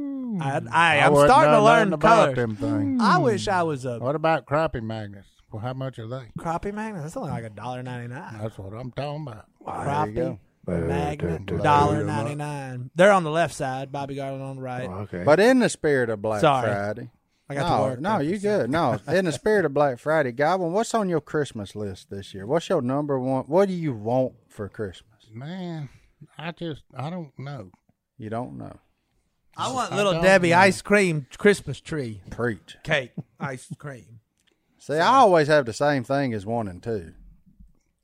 C: I, I,
A: I
C: am
A: wouldn't
C: starting
A: know nothing
C: to learn
A: about
C: color.
A: them things.
C: I wish I was a
A: What about crappie magnets? Well, how much are they?
C: crappie magnet. That's only like a dollar ninety nine.
A: That's what I'm talking about.
C: Crappie, magnet,
A: dun,
C: dollar
A: dun.
C: ninety nine. They're on the left side. Bobby Garland on the right.
B: Okay.
D: But in the spirit of Black
C: Sorry.
D: Friday.
C: I got
D: no,
C: to work.
D: no, you good. No, in the spirit of Black Friday, Goblin, what's on your Christmas list this year? What's your number one? What do you want for Christmas?
A: Man, I just I don't know.
D: You don't know.
C: I want
A: I
C: little
A: don't
C: Debbie
A: know.
C: ice cream Christmas tree
D: Preach.
C: cake ice cream.
D: See, I always have the same thing as one and two: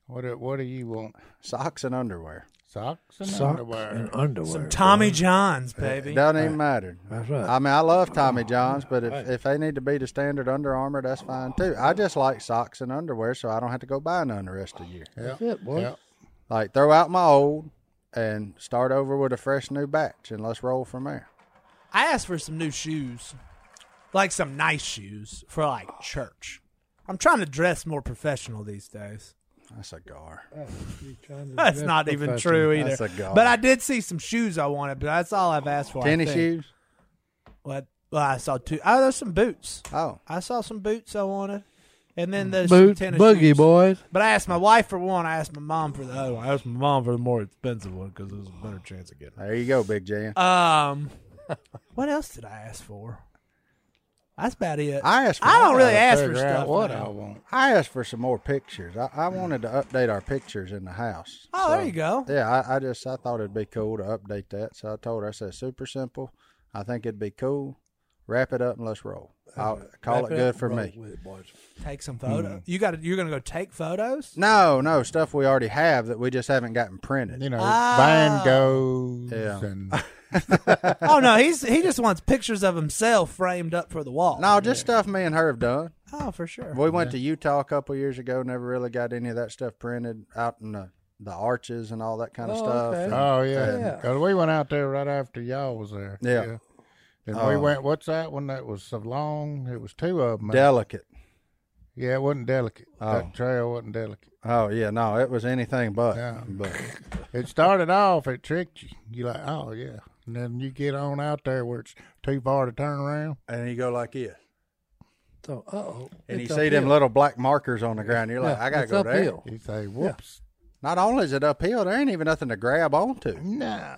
A: What do, what do you want?
D: socks and underwear.
A: Socks and
B: Socks
A: underwear.
B: and underwear.
C: Some Tommy Johns, baby.
D: It doesn't even matter.
B: That's right.
D: I mean, I love Tommy Johns, but if, if they need to be the standard Under Armour, that's fine too. I just like socks and underwear, so I don't have to go buy none the rest of the year.
A: Yep,
B: it, boy.
A: yep.
D: Like throw out my old and start over with a fresh new batch, and let's roll from there.
C: I asked for some new shoes, like some nice shoes for like church. I'm trying to dress more professional these days.
D: That's a gar.
C: Oh, That's not even true either.
D: That's a god.
C: But I did see some shoes I wanted, but that's all I've asked for. I
D: Tennis
C: think.
D: shoes.
C: What? Well, I saw two. Oh, there's some boots.
D: Oh,
C: I saw some boots I wanted, and then there's some
B: Boots,
C: tennis
B: boogie
C: shoes.
B: boys.
C: But I asked my wife for one. I asked my mom for the other one. I asked my mom for the more expensive one because there's a better chance of getting
D: there you go, Big Jan.
C: it. Um, what else did I ask for? That's about it.
D: I asked. For
C: I don't really
D: gotta
C: ask for
D: figure
C: stuff Oh,
D: out What
C: now.
D: I want. I asked for some more pictures. I, I wanted to update our pictures in the house.
C: oh, there you go.
D: Yeah, I, I just I thought it'd be cool to update that, so I told her I said super simple. I think it'd be cool. Wrap it up and let's roll. I'll call it good for me.
B: With it, boys.
C: Take some
D: Hmm.
C: photos. You got. to You're gonna go take photos.
D: No, no stuff we already have that we just haven't gotten printed.
A: You know,
C: Ah.
A: Van Goghs
D: Yeah.
A: and
C: oh no, he's he just wants pictures of himself framed up for the wall.
D: No, just stuff me and her have done.
C: Oh, for sure.
D: We went to Utah a couple years ago. Never really got any of that stuff printed out in the, the arches and all that kind of
B: Oh,
D: stuff.
B: okay.
D: And-
A: oh yeah,
B: Yeah.
A: 'Cause we went out there right after y'all was there.
D: Yeah.
A: And we
D: Uh,
A: went. What's that one that was so long? It was two of them.
D: delicate.
A: yeah, it wasn't delicate.
D: Oh.
A: That trail wasn't delicate.
D: Oh yeah, no, it was anything but.
A: Yeah.
D: But
A: It started off, it tricked you. You like, oh yeah, and then you get on out there where it's too far to turn around.
D: and you go like this,
B: So, uh oh.
D: and you see them little black markers on the ground. You're like, I gotta
B: it's
D: go there.
B: uphill.
A: You say, whoops,
D: Not only is it uphill, there ain't even nothing to grab onto.
A: no.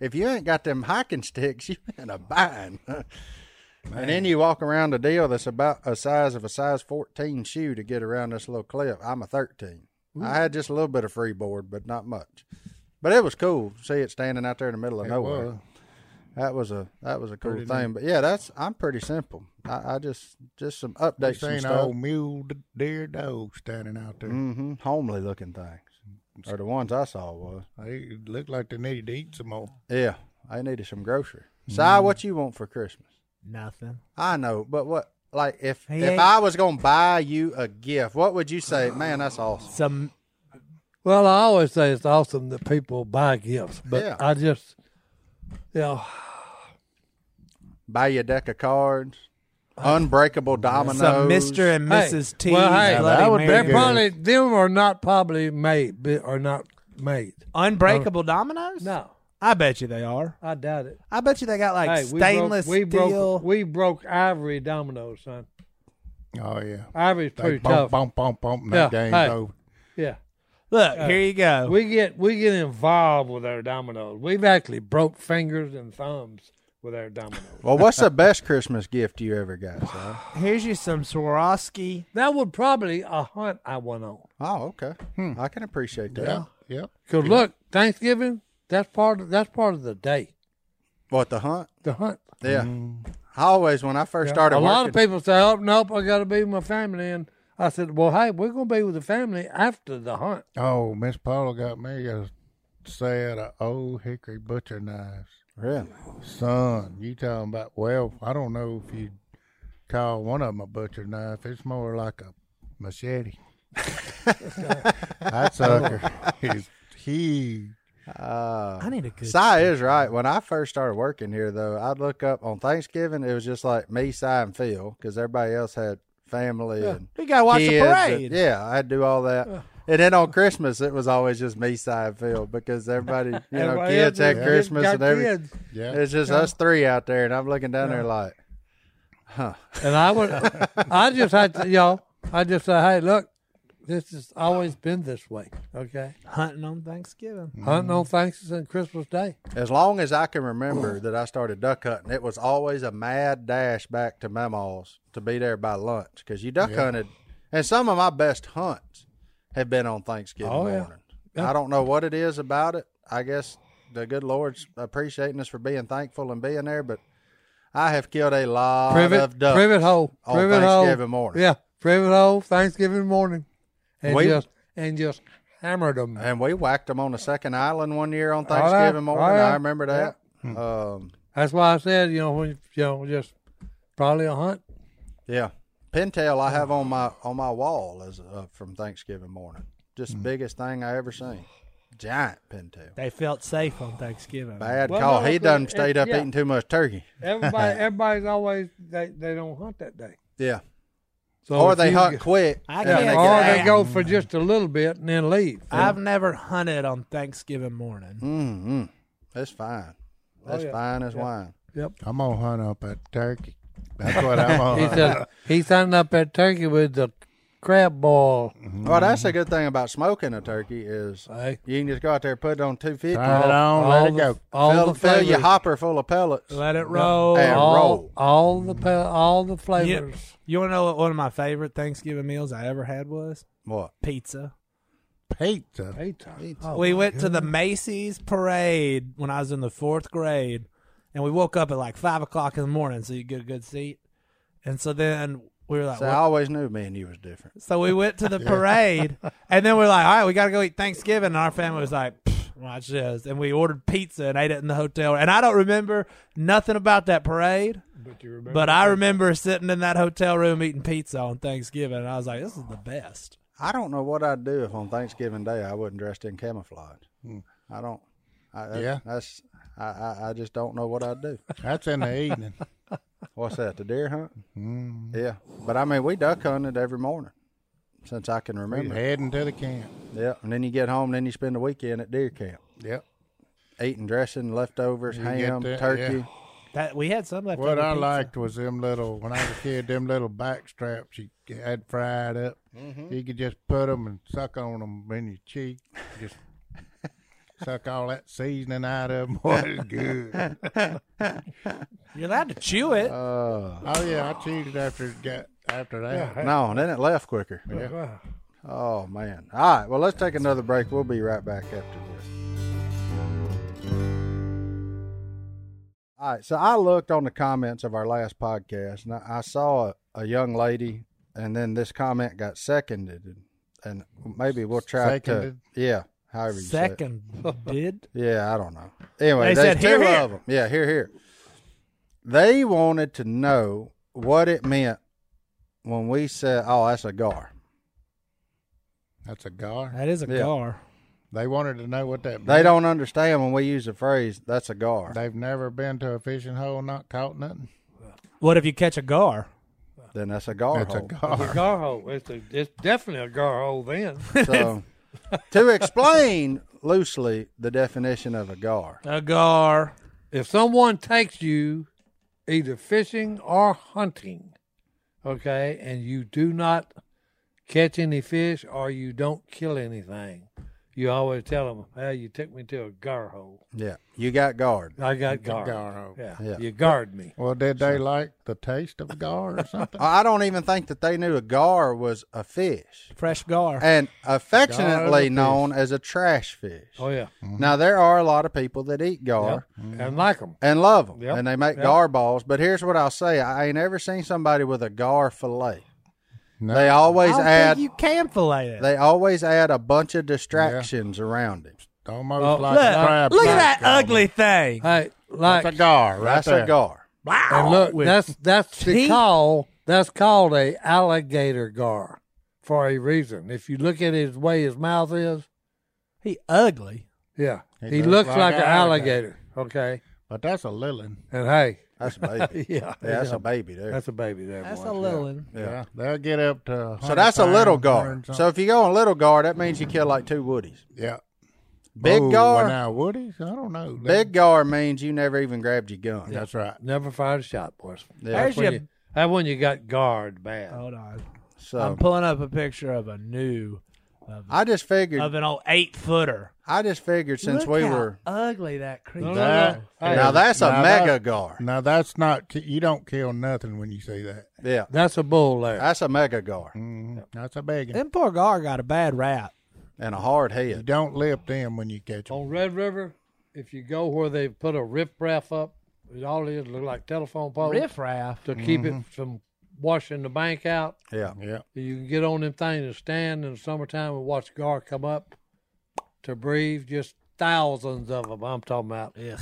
I: if you ain't got them hiking sticks, you in a bind. and then you walk around a deal that's about a size of a size 14 shoe to get around this little cliff. I'm a 13. I had just a little bit of freeboard, but not much. But it was cool. to See it standing out there in the middle of nowhere.
A: was.
I: That was a that was a cool thing. But yeah, that's I'm pretty simple. I, I just just some updates and
A: Seen
I: stuff.
A: old mule d- deer dog standing out there.
I: hmm Homely looking things, or the ones I saw was.
D: Mm-hmm.
A: They looked like they needed to eat some more.
I: Yeah, I needed some grocery.
A: Mm.
I: Si, what you want for Christmas?
C: Nothing.
I: I know, but what? Like if
C: He
I: if
C: ain't-
I: I was gonna buy you a gift, what would you say? Man, that's awesome.
C: Some
B: Well, I always say it's awesome that people buy gifts, but
I: Yeah.
B: I just, you know,
I: Buy you a deck of cards, unbreakable dominoes.
C: some Mr. and
B: Hey,
C: Mrs. T.
B: well, hey,
C: Bloody
A: that would be
C: Mary.
B: they're
A: good.
B: probably them are not probably made, be- are not made.
C: Unbreakable dominoes?
B: No,
C: I bet you they are.
B: I doubt it.
C: I bet you they got like
B: hey, we
C: stainless
B: broke, we
C: steel.
B: broke we broke ivory dominoes, son.
A: Oh yeah.
B: Ivory's
A: They
B: pretty
A: bump,
B: tough.
A: bump, bump, bump, and
B: Yeah,
A: that game's
B: hey.
A: over.
B: Yeah.
C: Look, here you go.
B: We get we get involved with our dominoes. We've actually broke fingers and thumbs with our dominoes.
I: Well, what's the best Christmas gift you ever got? Si?
C: Here's you some Swarovski.
B: that would probably a hunt I went on.
I: Oh, okay. I can appreciate that.
A: Hmm. Yeah, yep.
B: Cause look, Thanksgiving that's part of that's part of the day.
I: What the hunt?
B: The hunt.
I: Yeah. I always when I first started
B: a
I: working,
B: lot of people say, "Oh nope, I got to be with my family." And I said, "Well, hey, we're gonna be with the family after the hunt."
A: Oh, Miss Paula got me a set of old hickory butcher knives.
I: really.
A: Son, you talking about? Well, I don't know if you call one of them a butcher knife. It's more like a machete. that sucker is huge.
B: Uh,
C: I need a good.
I: Si is right. When I first started working here, though, I'd look up on Thanksgiving. It was just like me, Si, and Phil, because everybody else had family and
C: We gotta watch the
I: kids and-
C: parade.
I: yeah, I had to do all that. And then on Christmas, it was always just me, Si, and Phil, because everybody, you know,
B: Everybody
I: kids
B: else
I: had
B: is-
I: Christmas
B: got
I: and everything.
B: kids.
A: Yeah.
I: It's just us three out there, and I'm looking down there like,
B: And I would, I just had to, y'all. I just say, "Hey, look, this has always been this way." Okay,
C: hunting on Thanksgiving.
B: hunting on Thanksgiving and Christmas Day.
I: as long as I can remember that I started duck hunting, it was always a mad dash back to Mama's to be there by lunch because you duck hunted, and some of my best hunts have been on Thanksgiving
B: Oh, yeah.
I: morning. I don't know what it is about it. I guess the good Lord's appreciating us for being thankful and being there, but I have killed a lot
B: Privet,
I: of ducks.
B: privet hole,
I: on
B: privet hole.
I: Thanksgiving morning.
B: Yeah, privet hole, Thanksgiving morning, and
I: We-
B: just and just hammered them.
I: And we whacked them on the second island one year on
B: yeah.
I: Thanksgiving morning.
B: Oh, yeah.
I: I remember that.
B: Hmm.
I: Um,
B: That's why I said, you know, when you- you know, just probably a hunt.
I: Yeah, pintail I have on my on my wall is uh, from Thanksgiving morning. Just
B: Mm.
I: the biggest thing I ever seen. Giant pintail.
C: They felt safe on Thanksgiving.
I: Bad
B: Well,
I: call.
B: no,
I: he
B: it's
I: done
B: good. It-
I: stayed up
B: yeah.
I: eating too much turkey.
B: Everybody, everybody's always they, they don't hunt that day.
I: Yeah.
B: So
I: or
B: Oh, if
I: they
B: you
I: hunt
B: get-
I: quick.
C: I
I: and then
C: can't
I: they
B: or
I: get
B: they
C: Yeah.
B: go for just a little bit and then leave.
C: I've never hunted on Thanksgiving morning.
I: Mm-mm. That's fine. That's
B: Oh, yeah.
I: fine as wine.
A: I'm gonna hunt up a turkey. That's what I'm gonna.
B: He
A: hunt.
B: said he's hunting up that turkey with the crab ball.
I: Well, that's a good thing about smoking a turkey is
B: Hey.
I: you can just go out there, put it on two fifty,
A: Turn it on, let it
B: the-
A: go.
B: eh? All
I: fill,
B: the
I: fill your
B: flavors.
I: hopper full of pellets.
C: Let it roll.
I: and
B: all,
I: roll.
B: all the pe- all the
C: You,
B: flavors.
C: you want to know what one of my favorite Thanksgiving meals I ever had was?
I: What?
C: Pizza.
A: Pizza.
C: we went to the Macy's parade when I was in the fourth grade, and we woke up at like five o'clock in the morning, so you get a good seat. And so then we were like,
I: So I
C: "What?"
I: always knew me and you was different.
C: so we went to the parade, and then we are like, all right, we got to go eat Thanksgiving. And our family was like, "Pfft, watch this, and we ordered pizza and ate it in the hotel. And I don't remember nothing about that parade. But you remember? But I remember sitting in that hotel room eating pizza on Thanksgiving, and I was like, this is the best.
I: I don't know what I'd do if on Thanksgiving Day I wasn't dressed in camouflage. I don't. I, that-
A: Hmm. Yeah.
I: that's. I, I I just don't know what I'd do.
A: That's in the evening.
I: What's that? The deer hunt?
A: Hmm.
I: Mm. Yeah, but I mean we duck hunted every morning since I can
A: We're
I: remember.
A: heading to the camp.
I: Yeah, and then you get home, then you spend the weekend at deer camp,
A: Yep.
I: eating dressing, leftovers,
A: get
I: ham,
A: that,
I: turkey.
A: yeah.
C: That we had some left.
A: What
C: over
A: I
C: pizza.
A: liked was them little, when I was a kid, them little back straps you had fried
I: Mm-hmm.
A: up. You could just put them and suck on them in your cheek. Just Suck all that seasoning out of them. Boy, it's good.
C: You're allowed to chew it.
I: Uh,
A: Oh yeah, I cheated after it got after that.
I: no, and then it left quicker.
B: Wow.
I: Oh man. All right. Well, let's take another break. We'll be right back after this. All right. So I looked on the comments of our last podcast, and I I saw a, a young lady, and then this comment got seconded, and, and maybe we'll try
A: Seconded?
I: to yeah, however you say it.
C: Second did.
I: Yeah, I don't know. Anyway,
C: They said,
I: there's two
C: "Here, here."
I: of them. Yeah, here, here. They wanted to know what it meant when we said, "Oh, that's a gar."
A: That's a gar.
C: That is a
I: Yeah.
C: gar.
A: They wanted to know what that.
I: They
A: meant.
I: don't understand when we use the phrase "that's a gar."
A: They've never been to a fishing hole, not caught nothing.
C: What if you catch a gar?
I: then that's a gar
A: That's a
I: hole.
B: It's
A: gar.
B: a gar hole. It's, a, it's definitely a gar hole then.
I: So, to explain loosely the definition of a gar,
C: A gar.
B: if someone takes you either fishing or hunting, okay, and you do not catch any fish or you don't kill anything, you always tell them, "Hey, you took me to a gar hole.
I: yeah, you got guard.
B: I got gar.
A: gar hole.
B: Yeah,
I: Yeah.
B: you guard me."
A: Well, did they like the taste of gar or something?
I: I I don't even think that they knew a gar was a fish,
C: Fresh gar.
I: and
A: Gar is
I: affectionately
A: a
I: known as a trash fish.
B: Oh yeah,
I: Now there are a lot of people that eat gar.
B: and like them.
I: and love them,
B: Yep,
I: and they make
B: yep.
I: gar balls. But here's what I'll say: I ain't ever seen somebody with a gar fillet.
A: No.
I: They always
C: I don't
I: add
C: think Oh, you can fillet it.
I: they always add a bunch of distractions around it.
A: Almost
B: Oh,
A: like
C: look,
A: a crab.
C: look at
A: pot
C: that
A: gar.
C: ugly thing.
B: Hey, like
A: That's a gar, right
I: That's
A: there.
I: a gar.
B: and look,
C: with
B: that's that's the
C: teeth.
B: call. That's called a alligator gar for a reason. If you look at his way his mouth is,
C: He ugly.
B: yeah, he,
A: looks
B: looks,
A: like
B: like,
A: a
B: an
A: alligator.
B: alligator. Okay,
A: But that's a lillin.
B: and hey,
I: That's a baby.
B: Yeah,
I: Yeah, that's a baby there.
B: That's a baby there.
C: That's
B: boy.
C: a little one.
A: Yeah. they'll get up to.
I: so that's a
A: 100
I: little
A: pounds,
I: gar.
A: 100 something.
I: So if you go on little gar, that means you kill like two woodies.
A: yeah,
I: Big
A: Oh,
I: gar,
A: well, now Woody's, I don't know. They-
I: big gar means you never even grabbed your gun.
A: That's right.
B: Never fired a shot, boys.
I: Yeah.
C: There's
B: When
C: your-
B: you- that one you got guard bad.
C: Hold on. I'm
I: So
C: pulling up a picture of a new
I: I just figured.
C: of an old eight footer.
I: I just figured since
C: Look
I: we
C: how
I: were
C: ugly that creature.
A: That-
I: now that's a
A: Now
I: mega
A: that's-
I: gar.
A: Now that's not. ki- You don't kill nothing when you see that.
I: Yeah,
B: That's a bull there.
I: that's a mega gar
A: Mm, That's a big. one.
C: Them poor gar got a bad rap.
I: and a hard
A: You
I: head.
A: don't lip them when you catch them.
B: On Red River, if you go where they put a riffraff up, it all is look like telephone
I: Oh.
B: poles
C: Riff raff.
B: to keep it from washing the bank out.
I: Yeah.
A: Yeah,
B: You can get on them things and stand in the summertime and watch gar come up to breathe. Just thousands of them. I'm talking about. Yeah.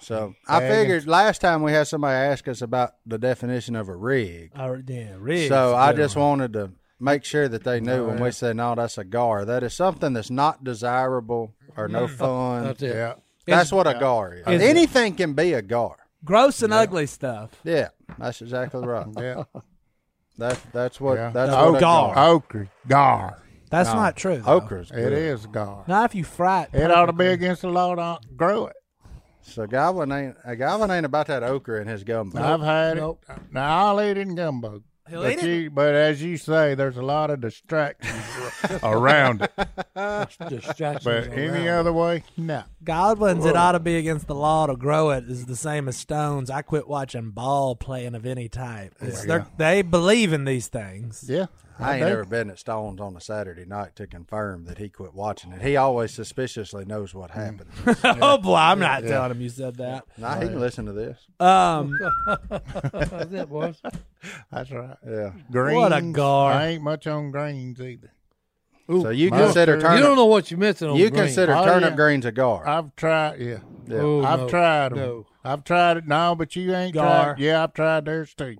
I: So I figured last time we had somebody ask us about the definition of a rig.
C: Uh, yeah, rigs.
I: so I just wanted to make sure that they knew when we say no, that's a gar. That is something that's not desirable or no fun.
B: That's it.
A: yeah.
I: That's what a gar is. Anything can be a gar.
C: gross and ugly stuff.
I: Yeah, that's exactly right.
A: Yeah.
I: That's that's what
A: Yeah.
I: that's
A: Oh,
I: what a
C: gar.
I: gar.
A: Okra. Gar.
C: That's not true. though.
I: Okra's
A: It
I: good.
A: is gar.
C: Not if you fry it.
A: It ought to be against the law to grow it.
I: So goblin ain't a goblin ain't about that okra in his gumbo.
A: I've had it. Now I'll eat it in gumbo.
C: He'll
A: but
C: eat it.
A: you, But as you say, there's a lot of distractions around it.
B: Distractions
A: But any other way, no.
C: Godwin's it ought to be against the law to grow it is the same as stones. I quit watching ball playing of any type. It's- they're- They believe in these things.
A: Yeah.
I: I ain't
A: do.
I: ever been at Stone's on a Saturday night to confirm that he quit watching it. He always suspiciously knows what happened.
C: oh boy, I'm not telling him you said that.
I: Nah, he can listen to this.
C: Um,
B: That's it, boys.
A: That's right.
I: Yeah.
A: Greens.
C: What a gar.
A: I ain't much on greens either.
I: so you
A: mustard.
I: consider
B: You don't
I: turnip.
B: know what you're missing on
I: You,
B: green.
I: consider
A: Oh,
I: turnip
A: yeah.
I: greens a gar.
A: I've tried, yeah.
I: Yeah.
B: Oh,
A: I've
B: no.
A: tried 'em.
B: No.
A: I've tried it. No, but you ain't
C: Gar.
A: tried. Yeah, I've tried theirs too.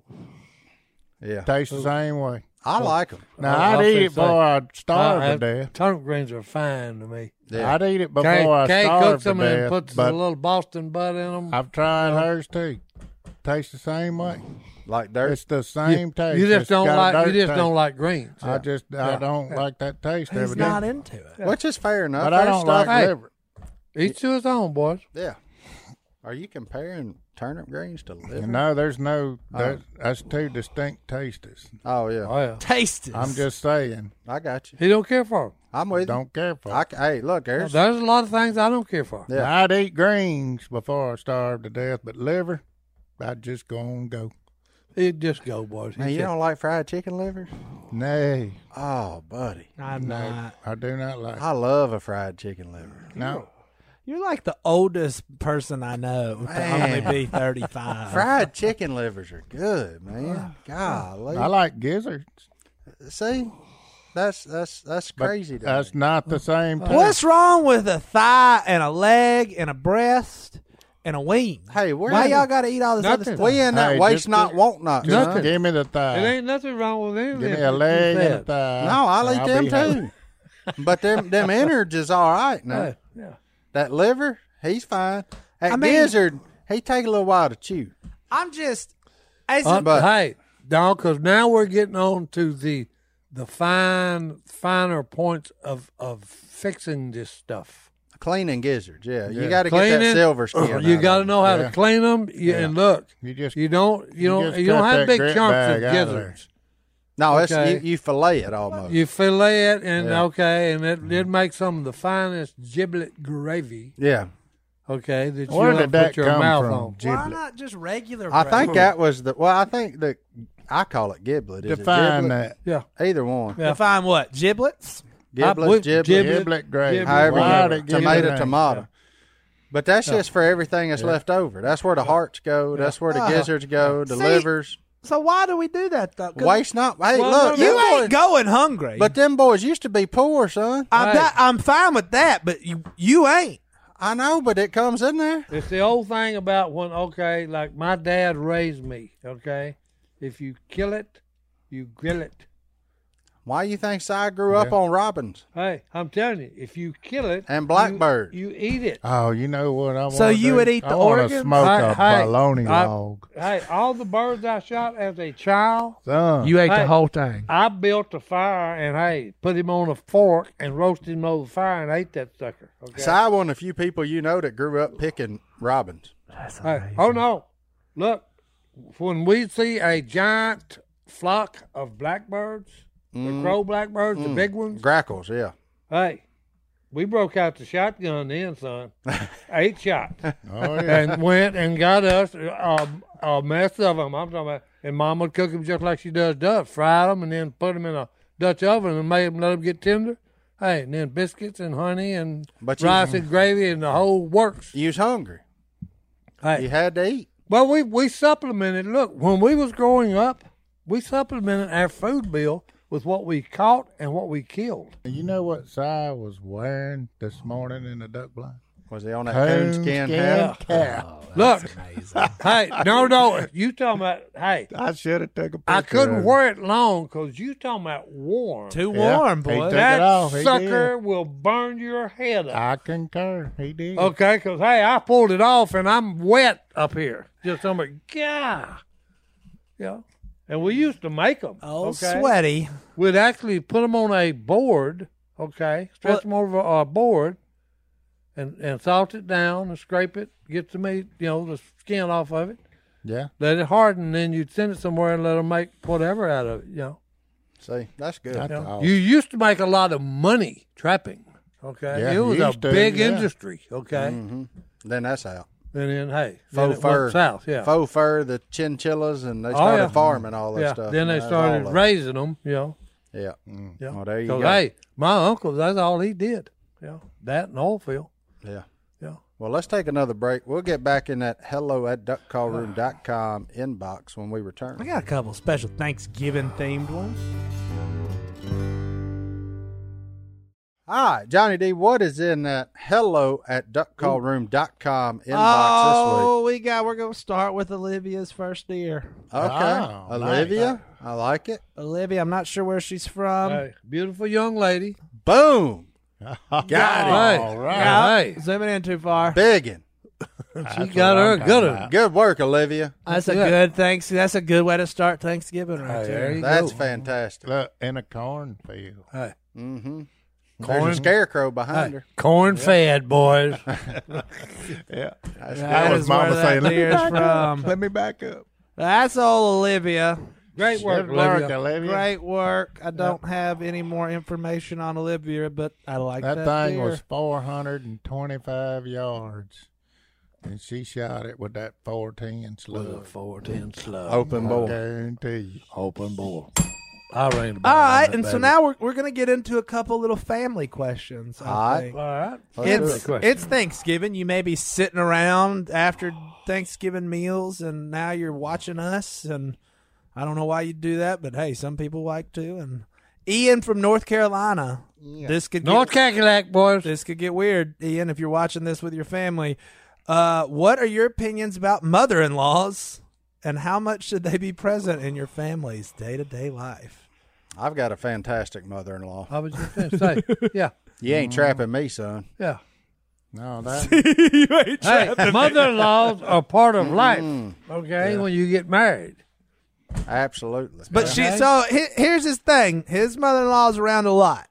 I: yeah.
A: Tastes the same way.
I: I like them.
A: Now
B: I
A: I'd
B: was
A: eat it
B: gonna Oh. say,
A: before I'd starve
B: I-
A: to death.
B: Oh, Turnip greens are fine to me.
I: Yeah.
A: I'd eat it before I
B: Can't, can't cook
A: starved to
B: some and
A: death.
B: put
A: but
B: a little Boston butt in them.
A: I've tried hers too. Tastes the same way.
I: Like dirt.
A: It's the same taste.
B: you just
A: It's
B: don't
A: got a
B: like you
A: dirt
B: just
A: taste.
B: don't like greens.
A: I just I don't like that taste
C: he's
A: every
C: not
A: day.
C: into it.
I: Which is fair enough.
A: But I
I: There's
A: don't
I: stuff-
A: like
B: Hey.
A: liver.
B: Each to his own, boys.
I: Yeah. Are you comparing turnip greens to liver.
A: No, there's no. That, that's two distinct tastes.
I: Oh yeah,
B: Oh yeah,
C: Taste it.
A: I'm just saying.
I: I got you.
B: he don't care for 'em.
I: I'm with
A: Don't care
I: you.
A: for.
I: I
A: it.
I: c hey, look, there's
B: There's a lot of things I don't care for.
I: yeah.
A: I'd eat greens before I starved to death, but liver, I'd just go on go.
B: It just go, boys. He
I: Man, you
B: said,
I: don't like fried chicken liver?
A: Nay,
I: Oh, buddy,
C: I'm
A: no,
C: not.
A: I do not like.
I: I love a fried chicken liver.
A: No,
C: You're like the oldest person I know to
I: Man.
C: only be 35.
I: Fried chicken livers are good, man. Golly,
A: Oh. I like gizzards.
I: see, that's that's that's
A: but
I: crazy. to
A: That's
I: me.
A: not the same. Taste.
C: What's wrong with a thigh and a leg and a breast and a wing?
I: Hey, we're
C: why
I: in-
C: y'all got to eat all this other
A: Nothing.
C: stuff?
I: we in that
A: Hey,
I: waste
A: just
I: not
A: to-
I: want not.
A: Just
I: son.
A: give me the thigh.
B: it ain't nothing wrong with anything.
A: Give me
B: that
A: a
B: you
A: leg and a
B: said.
A: thigh.
I: No, I'll eat
A: I'll
I: them
A: be happy.
I: too. but them them innards is all right now.
B: Yeah, yeah.
I: That liver, he's fine. That
C: I mean-
I: gizzard, he take a little while to chew.
C: I'm just. It's,
B: Uh,
I: But-
B: hey, dog, because now we're getting on to the the fine finer points of of fixing this stuff.
I: Cleaning gizzards, yeah. You got to get that
B: Cleaning,
I: silver skin.
B: you
I: out
B: got to
I: of
B: know how
A: Yeah.
B: to clean them. You, And look,
A: You just
B: you don't you,
A: You
B: don't
A: just
B: you don't
A: cut
B: have
A: that
B: big
A: grit
B: chunks of
A: bag out of there.
B: gizzards.
I: it. No, it's
B: Okay.
I: you, you fillet it almost.
B: You fillet it, and
I: Yeah.
B: okay, and it
A: Mm-hmm.
B: did make some of the finest giblet gravy.
I: yeah,
B: Okay, that
A: Where
B: you
A: did
B: did
A: that
B: put your
A: come
B: mouth
A: from?
B: on.
C: why
A: Giblet.
C: not just regular?
I: I
C: bread?
I: think that was the. Well, I think the. I call it giblet. Is it
A: define
I: giblet?
A: that.
B: Yeah,
I: Either one.
B: Yeah.
C: Define what giblets.
I: Giblet,
B: would-
I: giblet,
B: gib-
A: Giblet gravy.
B: Giblet.
I: however,
A: Why
I: whatever.
A: did it give you
I: tomato,
A: that?
I: tomato. But that's just for everything that's left over. That's where the hearts go. That's where the gizzards go. The
C: See,
I: livers.
C: So why do we do that though? 'Cause
I: Waste not. Hey,
B: Well,
I: look,
B: no,
I: them
C: you
I: boys,
C: ain't going hungry.
I: but them boys used to be poor, son. I,
C: I'm not, I'm fine with that. But you you ain't.
I: know, but it comes in there.
B: It's the old thing about when okay, like my dad raised me. Okay, if you kill it, you grill it.
I: Why you think Si grew up on robins?
B: Hey, I'm telling you, if you kill it
I: And
B: you-
I: blackbird.
B: you, eat it.
A: Oh, you know what I want.
C: So you would eat
A: I
C: the
A: wanna
C: organs?
A: Smoke
B: Hey,
A: a
B: hey,
A: bologna
B: I-
A: log.
B: Hey, all the birds I shot as a child,
A: Son,
C: You ate
B: Hey.
C: the whole thing.
B: I built a fire and hey, put him on a fork and roasted him over the fire and ate that sucker. Okay.
I: Si one of the few people you know that grew up picking robins.
B: Hey, oh no! Look, when we see a giant flock of blackbirds, the crow blackbirds, the big ones,
I: Grackles, yeah.
B: Hey, we broke out the shotgun then, son. Eight shot.
A: oh, yeah.
B: And went and got us a, a mess of them. I'm talking about, and Mom would cook them just like she does duck, fry them, and then put them in a Dutch oven and made them let them get tender. Hey, and then biscuits and honey and
I: But you-
B: rice and gravy and the whole works.
I: You was hungry.
B: Hey,
I: You had to eat.
B: well, we we supplemented. Look, when we was growing up, we supplemented our food bill with what we caught and what we killed.
A: you know what Si was wearing this morning in the duck blind?
I: Was he on that
A: Coon
I: coonskin
A: skin
I: hat?
A: cap.
B: Look, hey, no, no, you talking about? Hey,
A: I should have took a picture.
B: I couldn't
A: of it.
B: wear it long because you talking about warm.
C: Too
A: Yeah,
C: warm,
A: he
C: boy.
A: took
B: that
A: it off. He
B: sucker will burn your head up.
A: I concur. He did.
B: Okay, because hey, I pulled it off and I'm wet up here. Just I'm like, yeah, yeah. And we used to make them.
C: oh, sweaty.
B: We'd actually put them on a board. Okay, stretch
C: Well-
B: them over a board, and and salt it down and scrape it. Get the meat, you know, the skin off of it.
A: Yeah.
B: Let it harden, then you'd send it somewhere and let them make whatever out of it. You know.
I: See, that's good.
A: That's
B: Yeah.
A: all.
B: You used to make a lot of money trapping. Okay,
A: Yeah,
B: it was a
A: used to,
B: big
A: yeah.
B: industry. Okay,
I: Then that's out.
B: and then hey, then
I: Mm-hmm. Faux
B: it went
I: fur.
B: south. Yeah,
I: Faux fur, the chinchillas, and they
B: Oh,
I: started
B: yeah.
I: farming all that
B: yeah.
I: stuff.
B: Then
I: and
B: they
I: that's
B: started
I: all that-
B: raising them. You know,
I: Yeah.
A: Mm.
B: yeah.
I: Well, there you
B: 'Cause,
I: go.
B: Hey, my uncle, that's all he did. Yeah, that and oil field.
I: Yeah.
B: Yeah.
I: Well, let's take another break. We'll get back in that hello at duckcallroom.com inbox when we return.
C: I got a couple special Thanksgiving themed ones.
I: All right, Johnny D, what is in that hello at duckcallroom.com inbox
C: Oh, we got. We're gonna start with Olivia's first year.
I: this week? Okay.
A: Oh, nice.
I: Olivia, I like it.
C: Olivia, I'm not sure where she's from.
B: hey, beautiful young lady.
I: Boom.
B: Hey,
A: All right.
C: Yeah,
B: hey,
C: zooming in too far.
I: Begging.
B: she got her a good one.
I: Good work, Olivia.
C: That's a
B: Look.
C: good thanks. That's a good way to start Thanksgiving right
B: Hey,
C: there.
B: there you
I: That's
B: go.
I: fantastic.
A: Look, in a cornfield.
B: Hey,
I: Mm-hmm. There's a scarecrow behind her.
B: Corn fed, boys.
A: That was mama saying, let me,
C: deer's
A: back up.
C: from.
A: let me back up.
C: That's all, Olivia.
B: Great work,
A: Good work,
B: Olivia.
A: Olivia.
C: Great work. I don't have any more information on Olivia, but I like that.
A: That thing
C: deer.
A: was 425 yards, and she shot it with that 410 slug.
B: Four ten slow.
A: I
I: Open boy.
A: guarantee you.
B: Open boy. I ran the ball.
C: All
B: on
C: right,
B: that
C: and so
B: baby.
C: now we're, we're going to get into a couple little family questions. I
I: right.
C: think.
B: All right.
C: It's, it's Thanksgiving. You may be sitting around after Thanksgiving meals, and now you're watching us. And I don't know why you do that, but hey, some people like to. And Ian from North Carolina, this could get,
B: North Cackalack, boys.
C: this could get weird. Ian, if you're watching this with your family, uh, what are your opinions about mother-in-laws, and how much should they be present in your family's day-to-day life?
I: I've got a fantastic mother-in-law.
B: I was just going to say. Yeah,
I: You ain't trapping me, son.
B: yeah.
A: No, that,
C: you ain't
B: Hey, mother-in-laws are part of life. Okay, when you get married.
I: Absolutely.
C: But she so he, here's his thing. His mother in law's around a lot.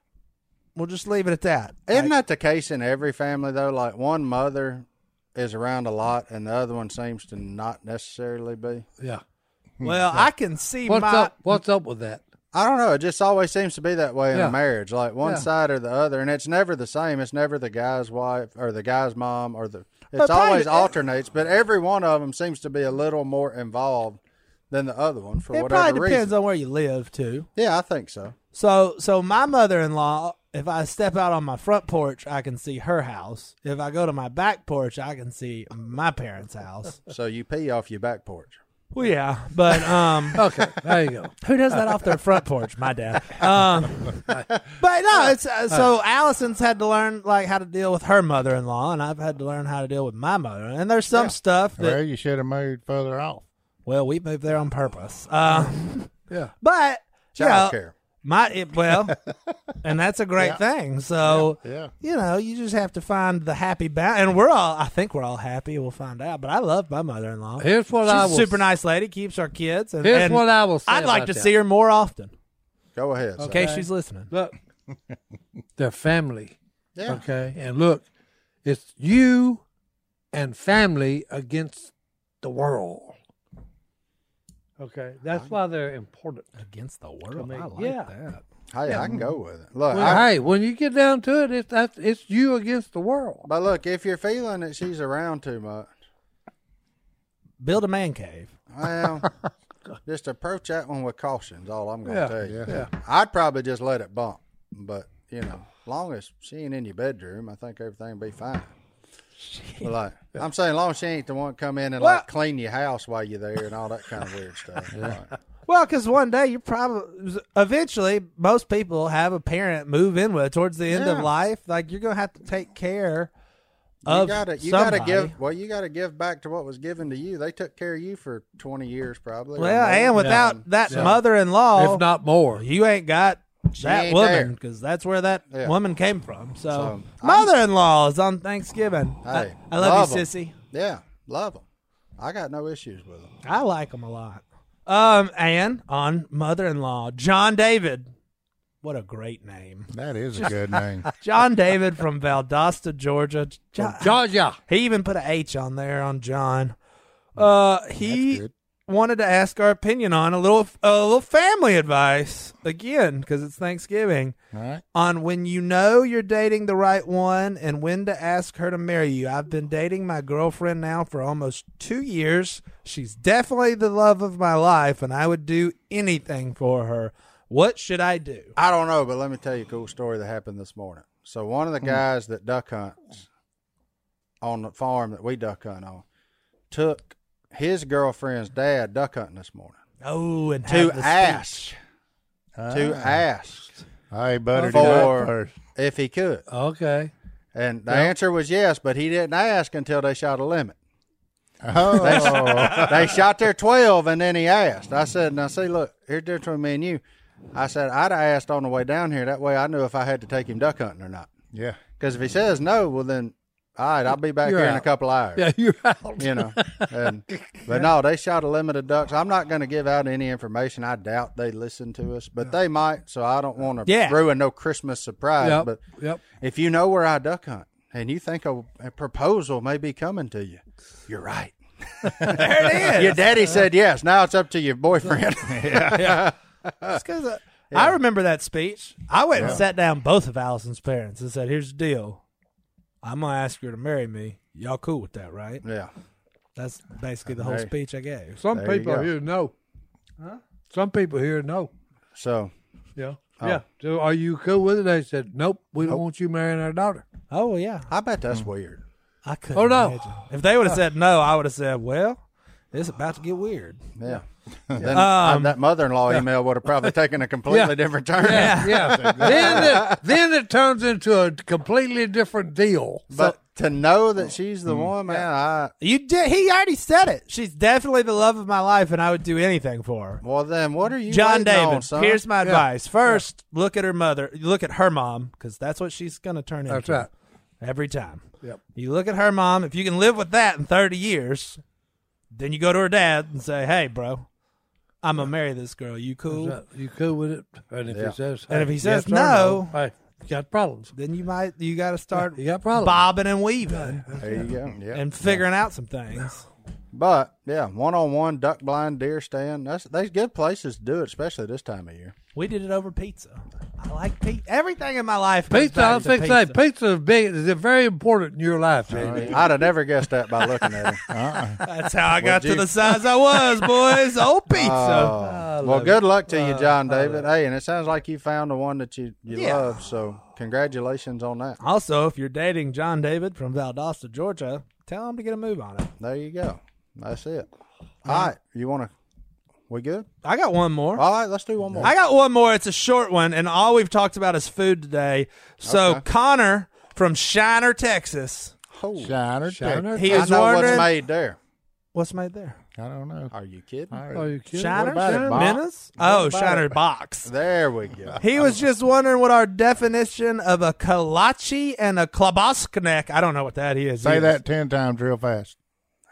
C: We'll just leave it at that.
I: Isn't that the case in every family though? Like one mother is around a lot, and the other one seems to not necessarily be.
B: Yeah.
I: Hmm.
C: Well, I can see
B: What's
C: my
B: up? What's up with that?
I: I don't know. It just always seems to be that way in
B: Yeah.
I: a marriage, like one
B: Yeah.
I: side or the other, and it's never the same. It's never the guy's wife or the guy's mom or the. It's
C: But
I: always
C: probably-
I: alternates, but every one of them seems to be a little more involved than the other one for
C: it
I: whatever
C: probably depends
I: reason.
C: on where you live too.
I: yeah, I think so.
C: So so my mother in law, if I step out on my front porch, I can see her house. If I go to my back porch, I can see my parents' house.
I: So you pee off your back porch.
C: Well yeah. But um
B: Okay, there you go.
C: Who does that off their front porch? My dad. Um, but no, it's uh, so Allison's had to learn like how to deal with her mother-in-law, and I've had to learn how to deal with my mother. And there's some stuff that
A: well, you should have moved further off.
C: well, we moved there on purpose. Uh,
B: Yeah.
C: but you know,
I: Child care.
C: my it, well, and that's a great thing. So
A: Yeah.
C: you know, you just have to find the happy balance. And we're all, I think we're all happy. We'll find out. But I love my mother-in-law.
B: Here's what
C: She's
B: I
C: a
B: will.
C: super nice lady. Keeps our kids. And,
B: Here's
C: and
B: what I will say.
C: I'd like
B: about
C: to
B: that.
C: see her more often.
I: Go ahead. son.
C: In case she's listening.
B: Look, they're family.
I: Yeah.
B: Okay, and look, it's you and family against the world. Okay, that's why they're important.
C: against the world.
B: mean,
C: I like
B: yeah.
C: that.
I: Hey, I can go with it. Look,
B: When-
I: I,
B: hey, when you get down to it, it's that's, it's you against the world.
I: But look, if you're feeling that she's around too much,
C: Build a man cave.
I: well, just approach that one with caution. Is all I'm going to
B: Yeah,
I: tell you.
A: yeah.
I: I'd probably just let it bump, but you know, long as she ain't in your bedroom, I think everything be fine. But like I'm saying, long as she ain't the one come in and like clean your house while you're there and all that kind of weird stuff. Like,
C: Well, because one day you probably, eventually, most people have a parent move in with towards the end of
I: Yeah.
C: life. Like you're gonna have to take care
I: you
C: of
I: gotta, you
C: somebody.
I: gotta give. Well, you gotta give back to what was given to you. They took care of you for 20 years, probably. or
C: well,
I: more.
C: and without that mother-in-law,
B: if not more,
C: you ain't got that
I: ain't
C: woman
I: there.
C: because that's where that
I: Yeah.
C: woman came from. So,
I: So, I'm-
C: mother-in-law is on Thanksgiving. I-
I: Hey,
C: I, love,
I: love 'em.
C: you, sissy.
I: yeah, love them. I got no issues with them.
C: I like them a lot. Um, and on mother-in-law, John David. What a great name.
A: That is a good name.
C: John David from Valdosta, Georgia. Jo-
B: Georgia.
C: he even put a H on there on John. Uh, he
A: good.
C: wanted to ask our opinion on a little a little family advice again because it's Thanksgiving
A: All right.
C: on when you know you're dating the right one and when to ask her to marry you. I've been dating my girlfriend now for almost two years. She's definitely the love of my life, and I would do anything for her. What should I do?
I: I don't know, but let me tell you a cool story that happened this morning. So one
C: Mm.
I: of the guys that duck hunts on the farm that we duck hunt on took his girlfriend's dad duck hunting this morning
C: Oh, and
I: to
C: have the
I: ask
C: speech. Ah.
I: to ask
A: I buttered it up
I: for
A: first.
I: if he could,
B: Okay.
I: and the answer was yes, but he didn't ask until they shot a limit.
A: Oh,
I: they shot their 12 and then he asked. I said, Now, see, look, here's the difference between me and you. I said, I'd have asked on the way down here. That way I knew if I had to take him duck hunting or not.
A: yeah.
I: Because if he says no, well, then all right, I'll be back
B: You're
I: here in a
B: out.
I: couple hours.
B: Yeah, you're out.
I: You know, and, but no, they shot a limit of ducks. I'm not going to give out any information. I doubt they listen to us, but they might. So I don't want to
J: Yeah.
I: ruin no Christmas surprise.
B: Yep,
I: But
B: yep.
I: if you know where I duck hunt and you think a, a proposal may be coming to you, you're right. there it is. Your daddy said yes. Now it's up to your boyfriend.
C: It's 'cause, uh, I remember that speech. I went and sat down both of Allison's parents and said, "Here's the deal. I'm gonna ask her to marry me. Y'all cool with that, right?"
I: yeah.
C: That's basically the whole
I: Hey.
C: speech I gave.
B: Some
I: There you
B: people
I: go.
B: here know. Some people here know.
I: So
B: Yeah. Yeah. So are you cool with it? They said, Oh. nope, we don't want you marrying our daughter.
C: Oh yeah,
I: I bet that's weird.
C: I could.
B: Oh, no.
C: If they would have said no, I would have said, "Well, it's about to get weird."
I: Yeah. Then uh, that mother-in-law email would have probably taken a completely different turn. Yeah.
B: Yeah. then, it, then it turns into a completely different deal.
I: But to know that she's the one, man, I
C: You did. He already said it. She's definitely the love of my life, and I would do anything for her.
I: well then what are you
C: John
I: waiting on,
C: David,
I: son?
C: here's my advice. First, look at her mother. Look at her mom, because that's what she's going to turn into.
B: That's right.
C: Every time.
B: Yep.
C: You look at her mom. If you can live with that in 30 years, then you go to her dad and say, hey, bro, I'm going to marry this girl. You cool?
B: Is that- you cool with it? And if
I: Yeah.
B: he says,
C: And if he
B: yes
C: says
B: or
C: no-
B: hey, you got problems.
C: Then you might, you got to start
B: You got problems.
C: bobbing and weaving
I: There you go. Yeah.
C: and figuring out some things.
I: but yeah, one-on-one duck blind deer stand. That's they's good places to do it, especially this time of year.
C: We did it over pizza. I like pizza. Everything in my life. comes
B: Pizza,
C: back
B: I
C: to
B: think
C: pizza.
B: that pizza is big. Is very important in your life, Jamie.
I: I'd have never guessed that by looking at Uh, him.
C: That's how I got to
I: you-
C: the size I was, boys. Old pizza.
I: Oh. well, good luck to
C: Uh,
I: you, John David. Hey, and it sounds like you found the one that you, you
C: Yeah.
I: love. So congratulations on that.
C: Also, if you're dating John David from Valdosta, Georgia, tell him to get a move on it.
I: There you go. That's it. All right. You want to? We good?
C: I got one more.
I: All right. Let's do one more.
C: I got one more. It's a short one, and all we've talked about is food today. So Connor from Shiner, Texas,
I: Oh,
A: Shiner, Shiner?
C: he
I: I
C: is
I: know
C: wondering
I: what's made there.
C: what's made there.
A: I don't know.
I: Are you kidding?
A: I
B: Are you kidding?
C: Shiner,
A: about it,
C: Shiner
A: box?
C: Menace? Oh,
I: about
C: Shiner
I: it?
C: box.
I: There we go.
C: He was just wondering what our definition of a kolache and a klobosnek. I don't know what that is.
A: Say
C: either.
A: that ten times real fast.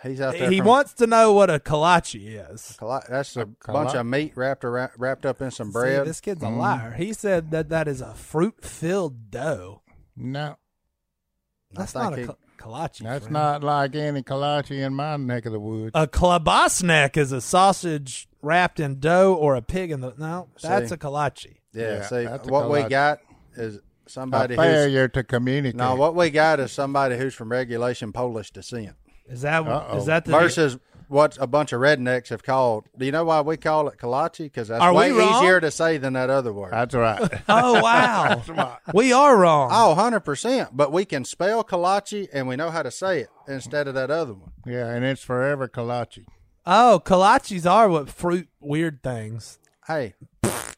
I: He's out there.
C: He
I: from-
C: wants to know what a kolache is.
I: Colo- That's a, bunch of meat wrapped around, wrapped up in some
C: See,
I: bread. Mm-hmm.
C: this kid's a liar. He said that that is a fruit filled dough.
A: No,
I: I
C: That's not a
I: think
C: cl- kolache.
A: that's
C: friend.
A: not like any kolache in my neck of the woods.
C: A klobosnek is a sausage wrapped in dough or a pig in the. No, that's
I: See.
C: a kolache.
I: he- yeah,
A: Yeah,
I: see,
A: that's a
I: what we
A: colo-
I: got is somebody
A: A
I: who's
A: failure to communicate.
I: no. What we got is somebody who's from regulation Polish descent
C: Is that is
A: Uh-oh.
C: that the
I: versus what a bunch of rednecks have called. Do you know why we call it kolache? Because that's
C: Are we
I: way
C: wrong?
I: easier to say than that other word.
A: That's right.
C: Oh wow, we are wrong.
I: Oh, 100%. But we can spell kolache and we know how to say it instead of that other one.
A: yeah, and it's forever kolache.
C: Oh, kolaches are what fruit weird things.
I: Hey,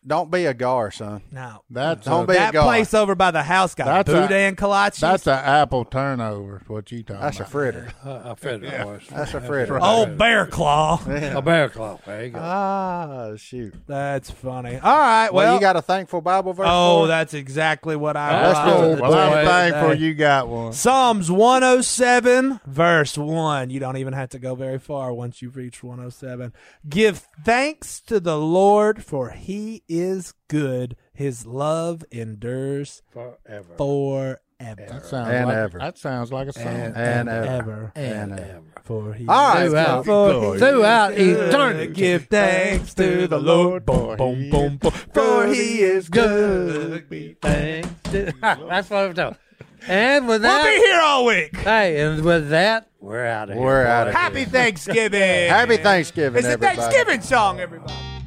I: don't be a gar, son.
C: Now
A: That's
I: Don't
A: a,
I: be-
C: that
I: God.
C: place over by the house got
A: That's a-
C: boudin kolaches.
A: that's an apple turnover. What you talking
I: That's a
A: about?
I: fritter.
B: I fed it horse.
I: That's a fritter.
C: old Oh, bear claw.
B: A bear claw. There you go.
I: Ah, shoot.
C: that's funny. All right,
I: Well,
C: well,
I: you got a thankful Bible verse?
C: Oh,
I: for it?
C: that's exactly what I
I: That's
C: was.
I: good.
A: Oh, well, I'm
B: Boy.
A: thankful you got one.
C: Psalms 107, verse 1. You don't even have to go very far once you've reached 107. Give thanks to the Lord, for he is good. His love endures
B: Forever.
C: forever.
A: That sounds
I: And
A: like,
I: ever.
A: That sounds like a song.
I: and ever.
C: Ever.
I: And ever.
C: For he
D: Ah,
I: All right,
C: is
I: Throughout
C: good. For he
B: throughout
C: is good.
B: eternity.
C: Give thanks to the Lord. Boom, boom, boom, boom. For he is good.
B: That's what I'm talking. And with
C: We'll be
B: that,
C: here all week.
B: hey, and with that, we're out of here.
I: We're out of here.
C: Happy Thanksgiving.
I: Happy Thanksgiving,
C: It's a
I: everybody.
C: Thanksgiving song, everybody.